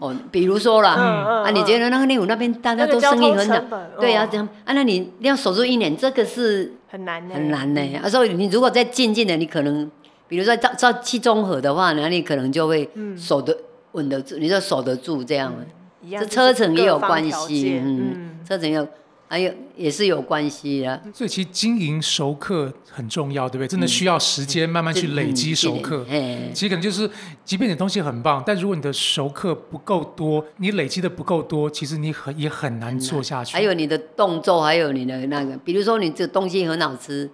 Speaker 3: 哦，比如说啦，
Speaker 2: 嗯嗯
Speaker 3: 啊，你
Speaker 2: 嗯
Speaker 3: 觉得那个内湖那边大家
Speaker 2: 那个
Speaker 3: 都
Speaker 2: 交
Speaker 3: 生意
Speaker 2: 通
Speaker 3: 很好
Speaker 2: 成，本，
Speaker 3: 对啊，
Speaker 2: 哦
Speaker 3: 这样啊，那你要守住一年，这个是
Speaker 2: 很难欸呢，
Speaker 3: 很难呢、啊，所以你如果再进进的，你可能比如说到到去综合的话，那你可能就会守得稳得住，你就守得住这样。
Speaker 2: 嗯一
Speaker 3: 这
Speaker 2: 样，
Speaker 3: 车程也有
Speaker 2: 各方
Speaker 3: 关
Speaker 2: 条
Speaker 3: 系，
Speaker 2: 件
Speaker 3: 嗯，，车程也有，还有也是有关系啊。
Speaker 1: 所以其实经营熟客很重要，对不对？真的需要时间慢慢去累积熟
Speaker 2: 嗯
Speaker 1: 客。
Speaker 3: 哎，
Speaker 1: 其实可能就是，即便你的东西很棒，但如果你的熟客不够多，你累积的不够多，其实你很也很难做下去。
Speaker 2: 哎
Speaker 3: 还有你的动作，还有你的那个，比如说你这东西很好吃，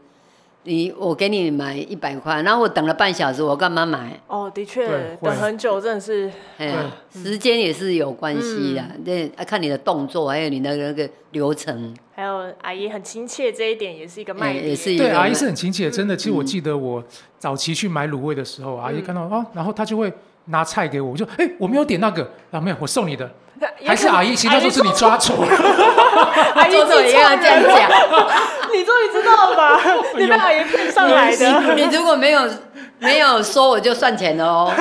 Speaker 3: 你我给你买一百块，然后我等了半小时，我干嘛买？
Speaker 2: 哦，的
Speaker 1: 对
Speaker 2: 确
Speaker 1: 会
Speaker 2: 等很久真的是
Speaker 3: 哎呀，时间也是有关系的，对，啊看你的动作，还有你的那个流程，
Speaker 2: 还有阿姨很亲切，这一点也是一个卖
Speaker 3: 嗯也
Speaker 2: 点。
Speaker 3: 也是一
Speaker 1: 对，
Speaker 3: 个
Speaker 1: 阿姨
Speaker 3: 卖
Speaker 1: 是很亲切，真的。其实我记得我早期去买卤味的时候，阿姨看到
Speaker 2: 嗯
Speaker 1: 哦，然后她就会拿菜给我，我就哎，我没有点那个，啊没有，我送你的，
Speaker 2: 也
Speaker 1: 还是
Speaker 2: 可能
Speaker 1: 阿姨，其实那时候是你
Speaker 2: 做
Speaker 1: 抓错了，
Speaker 2: 阿姨
Speaker 3: 做
Speaker 2: 做
Speaker 3: 错也要这样 讲。
Speaker 2: 你终于知道 了吧？
Speaker 1: 哎
Speaker 2: 你被阿姨骗上来的。
Speaker 3: 你如果没有没有说，我就算钱了哦。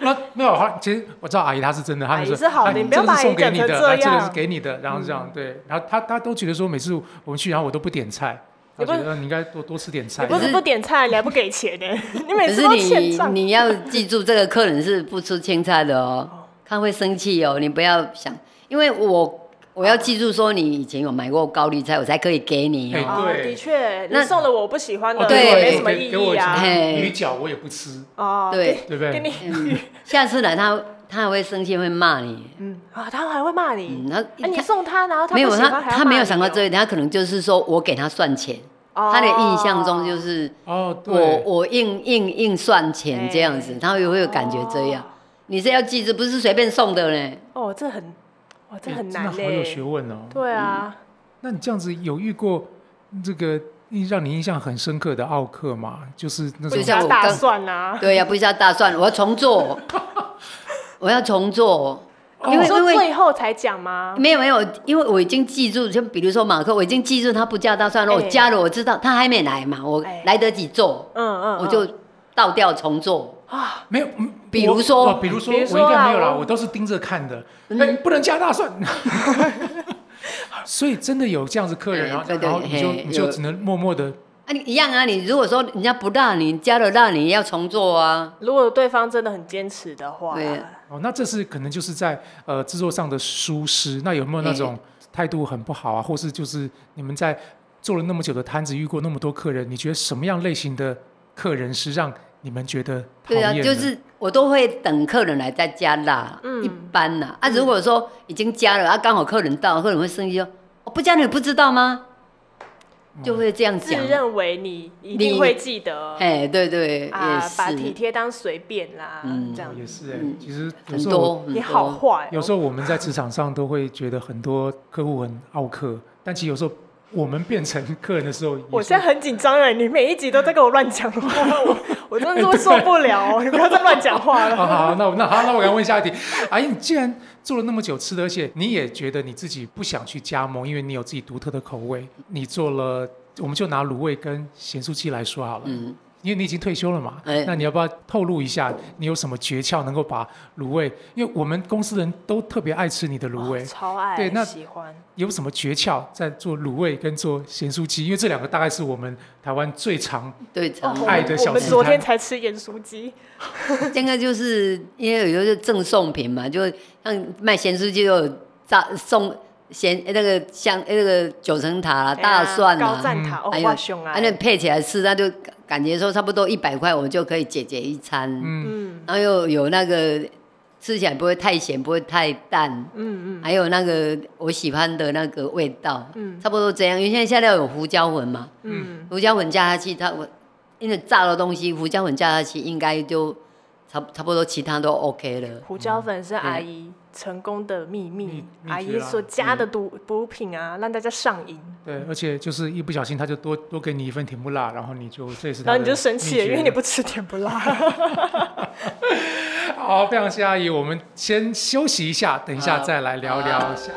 Speaker 1: 那没有，她其实我知道阿姨她是真的，她
Speaker 2: 阿姨
Speaker 1: 就是
Speaker 2: 好的
Speaker 1: 哎
Speaker 2: 你不要
Speaker 1: 这个
Speaker 2: 把
Speaker 1: 是
Speaker 2: 阿姨
Speaker 1: 送给
Speaker 2: 讲
Speaker 1: 你
Speaker 2: 成
Speaker 1: 的，
Speaker 2: 这
Speaker 1: 啊这个是
Speaker 2: 样
Speaker 1: 给你的，然后这样对，然后她她都觉得说每次我们去，然后我都不点菜，她
Speaker 2: 你
Speaker 1: 觉
Speaker 2: 不
Speaker 1: 得呃你应该多多吃点菜
Speaker 2: 你，不
Speaker 1: 这
Speaker 2: 是
Speaker 1: 样
Speaker 2: 不点菜，你还不给钱呢？你每
Speaker 3: 可
Speaker 2: 次
Speaker 3: 是
Speaker 2: 都欠
Speaker 3: 你
Speaker 2: 账。
Speaker 3: 你要记住，这个客哦人是不吃青菜的哦，他会生气哦，你不要想，因为我我要记住说你以前有买过高丽菜，我才可以给你
Speaker 1: 哎
Speaker 3: 哦。
Speaker 2: 哦，
Speaker 1: 对
Speaker 2: 的确，你
Speaker 3: 那
Speaker 2: 送了我不喜欢的，
Speaker 1: 哦
Speaker 3: 对
Speaker 2: 没什么
Speaker 1: 给
Speaker 2: 意
Speaker 1: 给我
Speaker 2: 义啊。
Speaker 3: 嘿
Speaker 1: 鱼饺我也不吃，
Speaker 2: 哦，
Speaker 3: 对
Speaker 1: 对不对
Speaker 2: 给你，
Speaker 3: 嗯，下次来他他还会生气，会骂你。
Speaker 2: 嗯 啊，他还会骂你
Speaker 3: 嗯，。他
Speaker 2: 那你送他，然后他
Speaker 3: 没有
Speaker 2: 不喜
Speaker 3: 他
Speaker 2: 欢还要
Speaker 3: 他没有
Speaker 2: 骂
Speaker 3: 想
Speaker 2: 你
Speaker 3: 到
Speaker 2: 哦
Speaker 3: 这一点，他可能就是说我给他算钱，
Speaker 2: 哦
Speaker 3: 他的印象中就是
Speaker 1: 哦，对，
Speaker 3: 我我硬硬硬算钱这样子
Speaker 2: 哎，
Speaker 3: 他会会有感觉这样。你是要记住，不是随便送的呢。
Speaker 2: 哦，这很，哇，这
Speaker 1: 哎
Speaker 2: 很
Speaker 1: 真
Speaker 2: 难
Speaker 1: 的
Speaker 2: 嘞。
Speaker 1: 好有学问哦。
Speaker 2: 对啊，
Speaker 1: 那你这样子有遇过这个印让你印象很深刻的奥克吗？就是那种
Speaker 3: 嗯就像我
Speaker 2: 大
Speaker 3: 刚
Speaker 2: 蒜啊，
Speaker 3: 对呀、不是要大蒜，我要重做，我要重做，
Speaker 1: 哦
Speaker 3: 因为
Speaker 2: 你说
Speaker 3: 因为
Speaker 2: 最后才讲吗？
Speaker 3: 没有没有，因为我已经记住，就比如说马克，我已经记住他不加大蒜了，我
Speaker 2: 哎
Speaker 3: 加了，我知道他还没来嘛，我
Speaker 2: 哎
Speaker 3: 来得及做，
Speaker 2: 嗯嗯，
Speaker 3: 我
Speaker 2: 嗯
Speaker 3: 就倒掉重做。
Speaker 2: 啊，
Speaker 1: 没有，嗯
Speaker 3: 比如
Speaker 1: 我
Speaker 3: 说嗯
Speaker 1: 哦比如说，
Speaker 2: 比
Speaker 1: 我
Speaker 2: 如
Speaker 1: 应
Speaker 2: 说啊
Speaker 1: 该没有啦，
Speaker 2: 我
Speaker 1: 我都是盯着看的。哎，不能加大 蒜。所以真的有这样子客人，
Speaker 3: 哎
Speaker 1: 然后
Speaker 3: 对对
Speaker 1: 然后你就
Speaker 3: 嘿
Speaker 1: 你就
Speaker 3: 有
Speaker 1: 只能默默的
Speaker 3: 啊，你一样啊，你如果说人家不辣，你加了辣，你要重做啊。
Speaker 2: 如果对方真的很坚持的话，
Speaker 3: 对
Speaker 1: 哦。那这是可能就是在呃制作上的疏失。那有没有那种态度很不好啊，或是就是你们在做了那么久的摊子，遇过那么多客人，你觉得什么样类型的客人是让你们觉得讨
Speaker 3: 对
Speaker 1: 厌
Speaker 3: 啊，
Speaker 1: 的？
Speaker 3: 就是我都会等客人来再加辣，
Speaker 2: 嗯
Speaker 3: 一般啦。啊，如果说已经加了，啊，刚好客人到，客人会生气说，我不加你不知道
Speaker 1: 哦
Speaker 3: 吗？就会这样
Speaker 2: 自
Speaker 3: 讲。
Speaker 2: 认为你一定会记得
Speaker 3: 哎，对对，
Speaker 2: 啊，把体
Speaker 3: 也是，
Speaker 2: 贴当随便啦，
Speaker 3: 嗯
Speaker 2: 这样
Speaker 1: 也是哎、
Speaker 3: 嗯
Speaker 1: 其实有
Speaker 3: 很
Speaker 1: 时候我
Speaker 3: 多很
Speaker 2: 你好
Speaker 3: 多。
Speaker 2: 坏哦，
Speaker 1: 有时候我们在职场上都会觉得很多客户很傲客，但其实有时候我们变成客人的时候 也是，
Speaker 2: 我现在很紧张哎，你每一集都在跟我乱讲话，我我真的是会受不了 哦，你不要再乱讲话
Speaker 1: 好
Speaker 2: 了。
Speaker 1: 好，好那我那好，那我敢问下一题，阿姨，你既然做了那么久吃的，而且你也觉得你自己不想去加盟，因为你有自己独特的口味，你做了，我们就拿卤味跟咸酥鸡来说好了，
Speaker 3: 嗯，
Speaker 1: 因为你已经退休了嘛，
Speaker 3: 哎
Speaker 1: 那你要不要透露一下，你有什么诀窍能够把卤味？因为我们公司人都特别爱吃你的卤味
Speaker 2: 哦，超爱，
Speaker 1: 对那
Speaker 2: 喜欢。
Speaker 1: 有什么诀窍在做卤味跟做咸酥鸡？因为这两个大概是我们台湾最常
Speaker 3: 对，
Speaker 2: 哦
Speaker 3: 常
Speaker 2: 我
Speaker 1: 爱的小
Speaker 2: 我们
Speaker 1: 吃
Speaker 2: 昨
Speaker 1: 摊
Speaker 2: 天才吃盐酥鸡，
Speaker 3: 这个就是因为有时候是赠送品嘛，就像卖咸酥鸡就有炸送咸那个香那个九层塔啦、
Speaker 2: 啊
Speaker 3: 大蒜
Speaker 2: 哎
Speaker 3: 啊
Speaker 2: 高
Speaker 3: 啦，
Speaker 2: 赞
Speaker 1: 嗯
Speaker 2: 塔，哦，
Speaker 3: 还有
Speaker 2: 哇，熊啊
Speaker 3: 啊，，那配起来吃，那就感觉说差不多一百块我就可以解决一餐，
Speaker 1: 嗯
Speaker 2: 嗯
Speaker 3: 然后又有那个吃起来不会太咸，不会太淡，
Speaker 2: 嗯嗯
Speaker 3: 还有那个我喜欢的那个味道，
Speaker 2: 嗯
Speaker 3: 差不多这样。因为现在下料有胡椒粉嘛，
Speaker 2: 嗯，
Speaker 3: 胡椒粉加下去，它我因为炸的东西，胡椒粉加下去应该就差不差不多，其他都 OK 了。
Speaker 2: 胡椒粉是阿
Speaker 3: 嗯
Speaker 2: 姨成功的秘密
Speaker 1: 秘，秘
Speaker 2: 阿
Speaker 1: 诀啊
Speaker 2: 姨
Speaker 1: 啦
Speaker 2: 所加
Speaker 3: 嗯
Speaker 2: 的毒补品啊，让大家上瘾，
Speaker 1: 对，而且就是一不小心他就多多给你一份甜不辣，然后你就这也是他的
Speaker 2: 然后你就生气了，
Speaker 1: 秘诀
Speaker 2: 因为你不吃甜不辣。
Speaker 1: 好，非常谢谢阿姨，我们先休息一下，等一下再来聊聊下。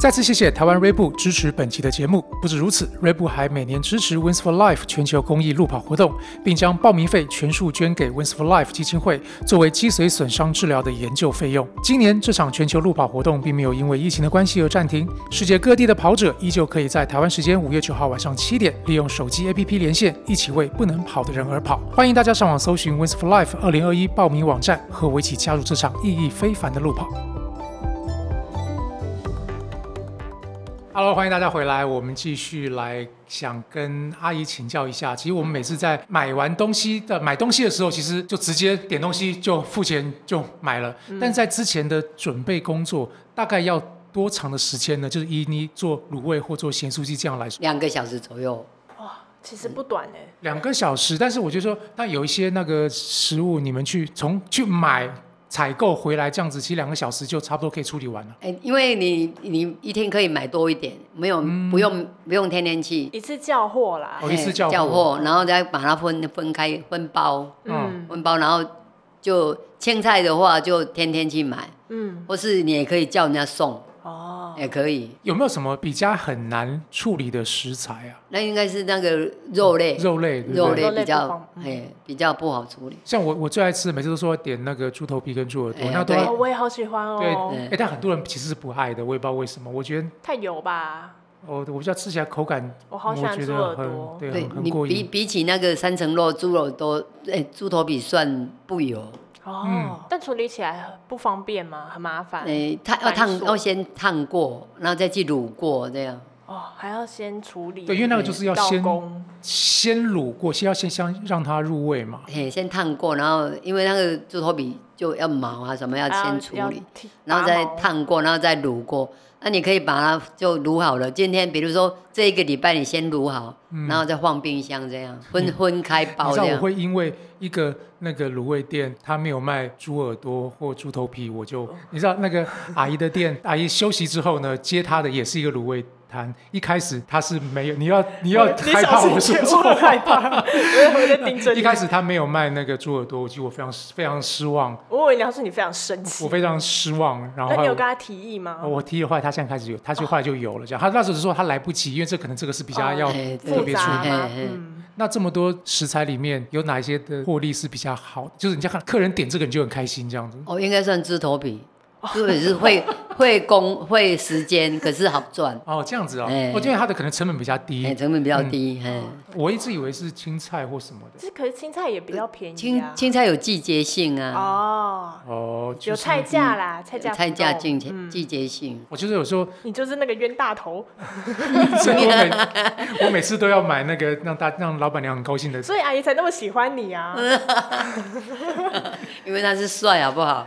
Speaker 1: 再次谢谢台湾 Raybu 支持本期的节目。不止如此，Raybu 还每年支持 Wins for Life 全球公益路跑活动，并将报名费全数捐给 Wins for Life 基金会，作为脊髓损伤治疗的研究费用。今年这场全球路跑活动并没有因为疫情的关系而暂停，世界各地的跑者依旧可以在台湾时间五月九号晚上七点，利用手机 APP 连线，一起为不能跑的人而跑。欢迎大家上网搜寻 Wins for Life 二零二一报名网站，和我一起加入这场意义非凡的路跑。Hello，欢迎大家回来。我们继续来想跟阿姨请教一下。其实我们每次在买完东西的买东西的时候，其实就直接点东西就付钱就买了。
Speaker 3: 嗯
Speaker 1: 但在之前的准备工作，大概要多长的时间呢？就是以你做卤味或做咸酥鸡这样来说，
Speaker 3: 两个小时左右，
Speaker 2: 哇， 其实不短哎，
Speaker 1: 两个小时。但是我就说，那有一些那个食物，你们去从去买采购回来这样子，其实两个小时就差不多可以处理完了。
Speaker 3: 哎、因为你你一天可以买多一点，没有、不用不用天天去，
Speaker 2: 一次叫货啦，
Speaker 1: 哦一次
Speaker 3: 哎
Speaker 1: 叫货
Speaker 3: 叫货，然后再把它分分开分包
Speaker 1: 嗯
Speaker 2: 嗯
Speaker 3: 分包，然后就青菜的话就天天去买，
Speaker 2: 嗯，
Speaker 3: 或是你也可以叫人家送，
Speaker 2: 哦，
Speaker 3: 也可以。
Speaker 1: 有没有什么比较很难处理的食材啊？
Speaker 3: 那应该是那个肉类，
Speaker 1: 肉类，对不对
Speaker 3: 肉
Speaker 2: 肉
Speaker 3: 类
Speaker 2: 类
Speaker 3: 比
Speaker 2: 不方
Speaker 3: 较
Speaker 2: 嗯
Speaker 3: 哎比较不好处理。
Speaker 1: 像我我最爱吃，每次都说点那个猪头皮跟猪耳朵，
Speaker 3: 哎呀
Speaker 1: 那都
Speaker 3: 对
Speaker 1: 要
Speaker 2: 哦我也好喜欢
Speaker 1: 对
Speaker 2: 哦，
Speaker 1: 哎、但很多人其实是不爱的，我也不知道为什么。我觉得
Speaker 2: 太油吧，
Speaker 1: 我我比较吃起来口感，
Speaker 2: 我好喜欢
Speaker 1: 觉
Speaker 2: 猪
Speaker 1: 得
Speaker 2: 耳
Speaker 1: 很
Speaker 2: 朵，
Speaker 1: 对啊
Speaker 3: 对
Speaker 1: 很很
Speaker 3: 你
Speaker 1: 过
Speaker 3: 比
Speaker 1: 瘾。
Speaker 3: 比起那个三层肉、猪肉都，哎、猪头皮算不油，
Speaker 2: 哦哦，
Speaker 1: 嗯
Speaker 2: 但处理起来不方便吗？很麻烦。
Speaker 3: 诶、哎烫要
Speaker 2: 繁
Speaker 3: 烫
Speaker 2: 琐
Speaker 3: 要先烫过，然后再去卤过这样。
Speaker 2: 哦，还要先处理。
Speaker 1: 对因为那个就是要先
Speaker 2: 刀工
Speaker 1: 先卤过，先要先先让它入味嘛。
Speaker 3: 嘿、先烫过，然后因为那个猪头皮就要毛啊什么要
Speaker 2: 还
Speaker 3: 先处
Speaker 2: 要
Speaker 3: 理，
Speaker 2: 剃
Speaker 3: 然后再
Speaker 2: 拔毛
Speaker 3: 烫过，然后再卤过。那你可以把它就卤好了。今天比如说这一个礼拜你先卤好，然后再放冰箱这样分分开
Speaker 1: 你
Speaker 3: 包
Speaker 1: 知
Speaker 3: 这
Speaker 1: 道我
Speaker 3: 样。
Speaker 1: 会因为一个那个卤味店，他没有卖猪耳朵或猪头皮，我
Speaker 2: 哦
Speaker 1: 就你知道那个阿姨的店，阿姨休息之后呢，接她的也是一个卤味摊。一开始她是没有，你要你要
Speaker 2: 你
Speaker 1: 害怕
Speaker 2: 小
Speaker 1: 我说
Speaker 2: 心点
Speaker 1: 错
Speaker 2: 我
Speaker 1: 话
Speaker 2: 害怕，我在盯着你。
Speaker 1: 一开始他没有卖那个猪耳朵，我记得我非常非常失望，
Speaker 2: 我以为你要说你非常生
Speaker 1: 我
Speaker 2: 气，
Speaker 1: 非常失望。然后后
Speaker 2: 那你
Speaker 1: 来
Speaker 2: 有
Speaker 1: 我哦
Speaker 2: 跟他提议吗？
Speaker 1: 我提的话，他现在开始有，他就后来就有了这样。他那时候说他来不及，因为这可能这个是比较
Speaker 2: 哦
Speaker 1: 要
Speaker 3: 嘿对
Speaker 1: 特
Speaker 2: 复
Speaker 1: 别
Speaker 2: 杂
Speaker 1: 处理。
Speaker 2: 吗？
Speaker 3: 嘿嘿
Speaker 2: 嗯，
Speaker 1: 那这么多食材里面，有哪一些的获利是比较好的？就是人家看客人点这个，你就很开心这样子。
Speaker 3: 哦，应该算猪头皮，猪头皮是会 会工会时间，可是好赚，
Speaker 1: 哦，这样子哦，
Speaker 3: 哎
Speaker 1: 我觉得它的可能成本比较
Speaker 3: 哎，
Speaker 1: 低。哦
Speaker 3: 成本比较低，嘿。
Speaker 1: 我一直以为是青菜或什么的。
Speaker 2: 这可是青菜也比较便宜
Speaker 3: 青
Speaker 2: 啊。
Speaker 3: 青菜有季节性啊，
Speaker 2: 哦，
Speaker 1: 哦，就
Speaker 2: 有
Speaker 1: 是
Speaker 2: 菜价
Speaker 1: 嗯
Speaker 2: 啦，菜价
Speaker 3: 菜价
Speaker 2: 浮动
Speaker 3: 季节季节性。
Speaker 1: 我就是有时候，
Speaker 2: 你就是那个冤大头，
Speaker 1: 所以我每 我每次都要买那个让大让老板娘很高兴的。
Speaker 2: 所以阿姨才那么喜欢你啊！
Speaker 3: 嗯因为他是帅，好不好？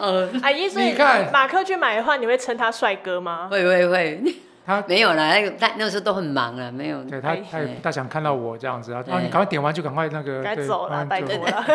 Speaker 3: 呃，
Speaker 2: 阿姨，所以
Speaker 1: 你看
Speaker 2: 马克去买的话，你会称他帅哥吗？
Speaker 3: 会会会，
Speaker 1: 他
Speaker 3: 没有啦，那个他那时候都很忙了，没有。
Speaker 1: 对他
Speaker 2: 哎
Speaker 1: 他也不大想看到我这样子啊，
Speaker 3: 对
Speaker 1: 啊你赶快点完就赶快那个
Speaker 2: 该
Speaker 1: 对
Speaker 2: 走了，
Speaker 1: 嗯
Speaker 2: 拜
Speaker 1: 就
Speaker 2: 托了。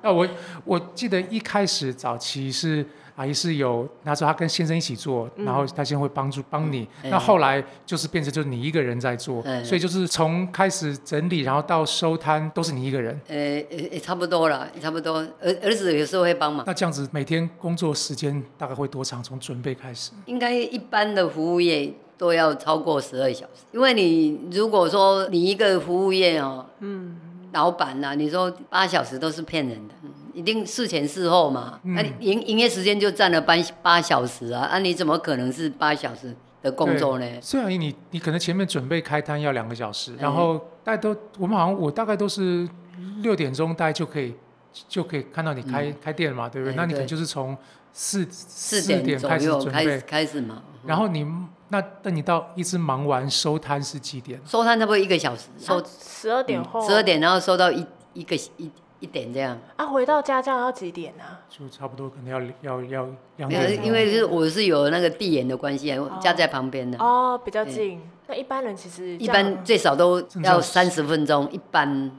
Speaker 1: 那我我记得一开始早期是阿姨是有那时候她跟先生一起做，然后她先会帮助帮你。
Speaker 3: 嗯
Speaker 1: 那后来就是变成就是你一个人在做，
Speaker 3: 嗯
Speaker 1: 所以就是从开始整理，然后到收摊都是你一个人。
Speaker 3: 呃，也也差不多了，也差不多。儿儿子有时候会帮忙，
Speaker 1: 那这样子每天工作时间大概会多长？从准备开始，
Speaker 3: 应该一般的服务业都要超过十二小时，因为你如果说你一个服务业哦，
Speaker 2: 嗯，
Speaker 3: 老板呐、你说八小时都是骗人的，嗯一定事前事后嘛。
Speaker 1: 嗯
Speaker 3: 那、你营营业时间就占了八八小时啊，啊，你怎么可能是八小时的工作呢？
Speaker 1: 虽然你你可能前面准备开摊要两个小时，
Speaker 3: 嗯
Speaker 1: 然后大家都我们好像我大概都是六点钟大概就可以就可以看到你开、开店嘛，对不对？
Speaker 3: 哎
Speaker 1: 那你可能
Speaker 3: 对
Speaker 1: 就是从四
Speaker 3: 四
Speaker 1: 四点
Speaker 3: 左
Speaker 1: 开始
Speaker 3: 右
Speaker 1: 准
Speaker 3: 开
Speaker 1: 备
Speaker 3: 始，嗯开始忙，
Speaker 1: 然后你那等你到一直忙完收摊是几点？
Speaker 3: 收摊差不多一个小时，收
Speaker 1: 啊
Speaker 2: 十二点后，
Speaker 3: 嗯十二点，然后收到一一个一一点这样。
Speaker 2: 啊，回到家这样要几点啊？
Speaker 1: 就差不多可能要要要两
Speaker 3: 没有，
Speaker 1: 点钟。
Speaker 3: 因为是我是有那个地缘的关系啊，我家在旁边的，
Speaker 2: 哦，比较近。那一般人其实
Speaker 3: 嗯一
Speaker 2: 这
Speaker 3: 般
Speaker 2: 样
Speaker 3: 最少都
Speaker 1: 正常
Speaker 3: 要三十分钟，一般。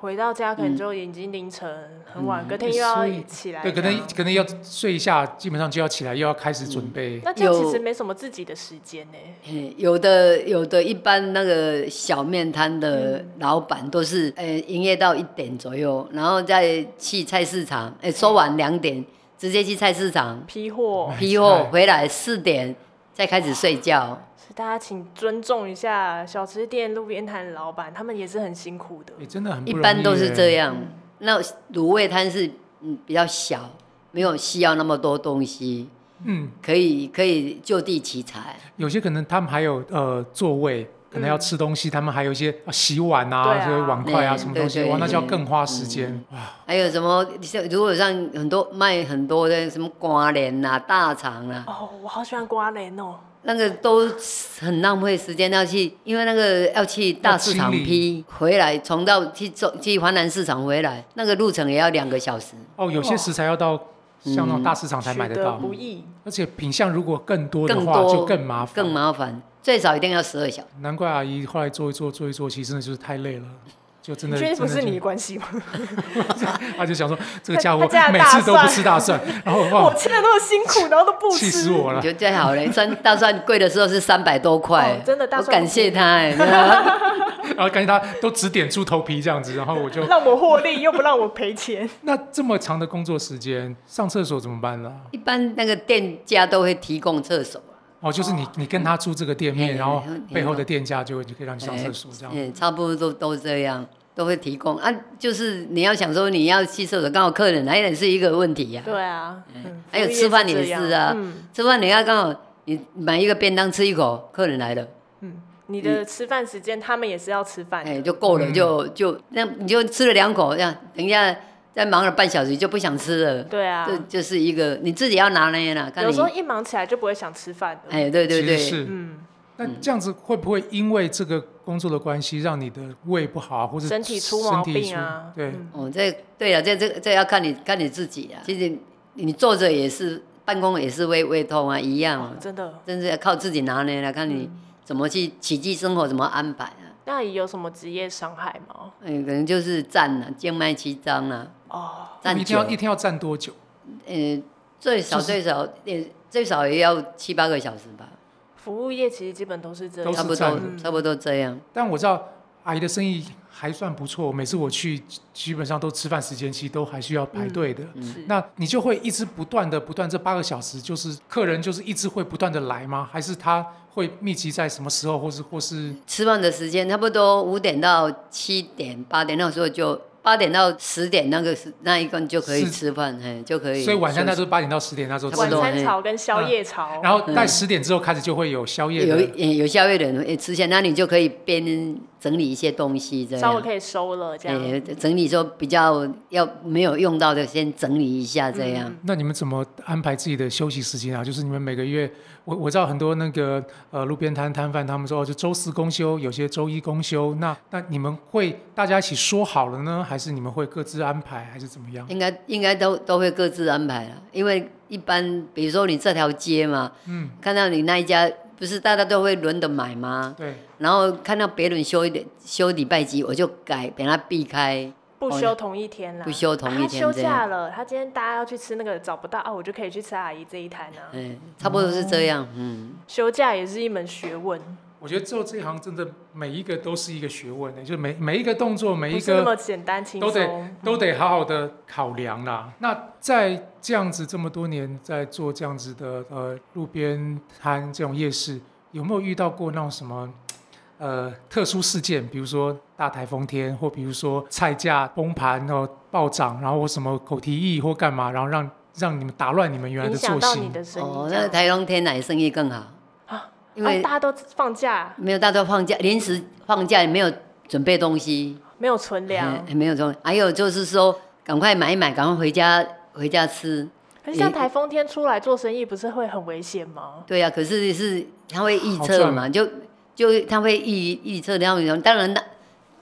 Speaker 2: 回到家
Speaker 3: 嗯
Speaker 2: 可能就已经凌晨很晚，隔天又
Speaker 1: 嗯所
Speaker 2: 要
Speaker 1: 以
Speaker 2: 起来。
Speaker 1: 对，可能。可能要睡一下，基本上就要起来，又要开始准备。
Speaker 2: 嗯那这样其实
Speaker 3: 有
Speaker 2: 没什么自己的时间呢。
Speaker 3: 嗯，有的有的，一般那个小面摊的老板都是呃营业到一点左右，然后再去菜市场，呃收完两点直接去菜市场
Speaker 2: 批
Speaker 1: 哦
Speaker 2: 货，
Speaker 3: 批货回来四点再开始睡觉。
Speaker 2: 所以大家请尊重一下小吃店、路边摊的老板，他们也是很辛苦的。
Speaker 1: 也哎真的很不
Speaker 3: 一
Speaker 1: 容易
Speaker 3: 般都是这
Speaker 1: 耶。
Speaker 3: 样。那卤味摊是嗯比较小，没有需要那么多东西，
Speaker 1: 嗯，
Speaker 3: 可以可以就地取材。
Speaker 1: 有些可能他们还有呃座位，可能要吃东西，他们还有一些啊洗碗
Speaker 2: 嗯对
Speaker 1: 啊、
Speaker 2: 啊
Speaker 1: 这些碗筷啊
Speaker 3: 嗯
Speaker 1: 什么东西，
Speaker 3: 对对
Speaker 1: 哇，那就要
Speaker 3: 对
Speaker 1: 更花时间。
Speaker 2: 嗯
Speaker 1: 哇，
Speaker 3: 还有什么？像如果像很多卖很多的什么瓜莲啦、大肠啦、
Speaker 2: 哦，我好喜欢瓜莲哦。
Speaker 3: 那个都很浪费时间，要去因为那个要去大市
Speaker 1: 要
Speaker 3: 场
Speaker 1: 清
Speaker 3: 批回来，从到去走去华南市场回来，那个路程也要两个小时。
Speaker 1: 哦，有些食材要到像那种大市场哦才
Speaker 2: 嗯取
Speaker 1: 买得到，
Speaker 2: 不易。
Speaker 1: 而且品相如果更多的
Speaker 3: 更
Speaker 1: 话，
Speaker 3: 多
Speaker 1: 就更麻烦。
Speaker 3: 更麻烦，最少一定要十二小时。
Speaker 1: 难怪阿姨后来做一做做一做，其实真的就是太累了，就真
Speaker 2: 你
Speaker 1: 的
Speaker 2: 确定不
Speaker 1: 真的
Speaker 2: 是
Speaker 1: 就
Speaker 2: 你的关系吗？
Speaker 1: 他就想说，这个家伙
Speaker 2: 他家的
Speaker 1: 每
Speaker 2: 大
Speaker 1: 次都不
Speaker 2: 蒜
Speaker 1: 吃大蒜， 然后
Speaker 2: 我
Speaker 1: 哇，
Speaker 2: 吃的那么辛苦，然后都不吃，
Speaker 1: 哦气死我
Speaker 3: 你
Speaker 1: 了。
Speaker 3: 就最好嘞，算大蒜贵的时候是三百多块、
Speaker 2: 哦真的大蒜
Speaker 3: 我感谢他哎，
Speaker 1: 然后感觉他都只点猪头皮这样子，然后我就
Speaker 2: 让我获利又不让我赔钱。
Speaker 1: 那这么长的工作时间，上厕所怎么办呢？
Speaker 3: 一般那个店家都会提供厕所，
Speaker 1: 哦，就是你你跟他租这个店
Speaker 3: 嘿
Speaker 1: 面，然后
Speaker 3: 嘿
Speaker 1: 背后的店家就就可以让你上厕所这样。
Speaker 3: 嗯，差不多都都这样，都会提供啊。就是你要想说你要去厕所，刚好客人来也是一个问题呀、
Speaker 2: 对啊，嗯
Speaker 3: 还有吃饭也是啊
Speaker 2: 嗯
Speaker 3: 吃饭你要刚好你买一个便当吃一口，客人来了，
Speaker 2: 嗯，你的吃饭
Speaker 3: 哎
Speaker 2: 时间他们也是要吃饭的，
Speaker 1: 嗯
Speaker 3: 哎，就够了，就就那你就吃了两口，这样等一下再忙了半小时就不想吃了。
Speaker 2: 对啊
Speaker 3: 这，就是一个你自己要拿捏了，看
Speaker 2: 有
Speaker 3: 你
Speaker 2: 时。候一忙起来就不会想吃饭了。
Speaker 3: 哎，对对
Speaker 1: 其实
Speaker 3: 对，
Speaker 1: 是。
Speaker 2: 嗯，
Speaker 1: 那这样子会不会因为这个工作的关系，让你的胃不好啊，或者
Speaker 2: 身体出毛
Speaker 1: 身体
Speaker 2: 病啊
Speaker 1: 出对，
Speaker 2: 嗯
Speaker 3: 哦，这对啊，这这这要看你看你自己啊。其实你坐着也是，办公也是胃胃痛啊，一样啊，
Speaker 2: 真的。
Speaker 3: 真是要靠自己拿捏了，看你
Speaker 1: 嗯
Speaker 3: 怎么去起居生活怎么安排啊。
Speaker 2: 那你有什么职业伤害吗？
Speaker 3: 嗯，可能就是站啊，静脉曲张啊，
Speaker 2: 哦，
Speaker 1: 那你一
Speaker 3: 站久
Speaker 1: 定要，一天要站多久？
Speaker 3: 呃，最少最少也最少也要七八个小时吧，
Speaker 2: 服务业其实基本都是这
Speaker 1: 都
Speaker 2: 样
Speaker 1: 是
Speaker 3: 差。不
Speaker 1: 站
Speaker 3: 多嗯
Speaker 1: 的
Speaker 3: 差不多这样。
Speaker 1: 但我知道阿姨的生意还算不错，每次我去基本上都吃饭时间其实都还需要
Speaker 2: 嗯
Speaker 1: 排队的。
Speaker 3: 嗯
Speaker 2: 是
Speaker 1: 那你就会一直不断的不断这八个小时，就是客人就是一直会不断的来吗？还是他会密集在什么时候，或是或是
Speaker 3: 吃饭的时间差不多五点到七点、八点，那时候就八点到十点那个时那一段就可以
Speaker 1: 是
Speaker 3: 吃饭，嘿，就可以休息。
Speaker 1: 所以晚上那时候八点到十点那时候
Speaker 3: 差
Speaker 1: 吃
Speaker 2: 晚
Speaker 3: 不多嗯
Speaker 1: 饭，
Speaker 2: 餐潮跟宵夜潮，
Speaker 1: 然后在十点之后开始就会有宵夜
Speaker 3: 有
Speaker 1: 的，
Speaker 3: 有有宵夜的人也哎吃下，那你就可以边整理一些东西这
Speaker 2: 稍微
Speaker 3: 样。
Speaker 2: 可以收了这样。
Speaker 3: 嗯啊哎整理说比较要没有用到的，先整理一下这
Speaker 2: 嗯
Speaker 3: 样。
Speaker 1: 那你们怎么安排自己的休息时间啊？就是你们每个月，我我知道很多那个呃路边摊摊贩，他们说哦，就周四公休，有些周一公休。那那你们会大家一起说好了呢，还是你们会各自安排，还是怎么样？
Speaker 3: 应该应该都都会各自安排了，因为一般比如说你这条街嘛，
Speaker 1: 嗯，
Speaker 3: 看到你那一家，不是大家都会轮着买
Speaker 2: 嗯
Speaker 3: 吗？
Speaker 1: 对，
Speaker 3: 然后看到别人休一点休礼拜几，我就改给他避开。
Speaker 2: 不休同一天啦，
Speaker 3: 哦不休同一天
Speaker 2: 啊他休
Speaker 3: 这样
Speaker 2: 假了，他今天大家要去吃那个找不到啊，我就可以去吃阿姨这一摊 啊。
Speaker 3: 嗯，差不多是这样。嗯，
Speaker 2: 休假也是一门学问，
Speaker 1: 我觉得做这一行真的每一个都是一个学问欸的，就每每一个动作，每
Speaker 2: 不
Speaker 1: 一
Speaker 2: 是那
Speaker 1: 个
Speaker 2: 么简单轻
Speaker 1: 都得
Speaker 2: 松。
Speaker 1: 都得好好的考量啦。那在这样子这么多年在做这样子的呃路边摊这种夜市，有没有遇到过那种什么呃特殊事件？比如说大台风天，或比如说菜价崩盘哦暴涨，然后或什么口蹄疫或干嘛，然后让让你们打乱你们原来
Speaker 2: 影
Speaker 1: 的
Speaker 2: 响
Speaker 1: 作
Speaker 2: 到你
Speaker 1: 息。
Speaker 2: 的生
Speaker 3: 哦
Speaker 2: 意，这
Speaker 3: 那
Speaker 2: 样，
Speaker 3: 台风天来生意更好，因
Speaker 2: 啊
Speaker 3: 为
Speaker 2: 大家都放假，
Speaker 3: 没有大家放假，临时放假也没有准备东西，
Speaker 2: 没有存
Speaker 3: 嗯
Speaker 2: 粮，
Speaker 3: 没有东西。还有就是说，赶快买一买，赶快回家回家吃。
Speaker 2: 可是像台风天出来做生意，不是会很危险吗？
Speaker 3: 对呀、啊可是是他会预
Speaker 1: 好
Speaker 3: 测
Speaker 1: 赚
Speaker 2: 哦
Speaker 3: 嘛，就就他会预预测然后当然那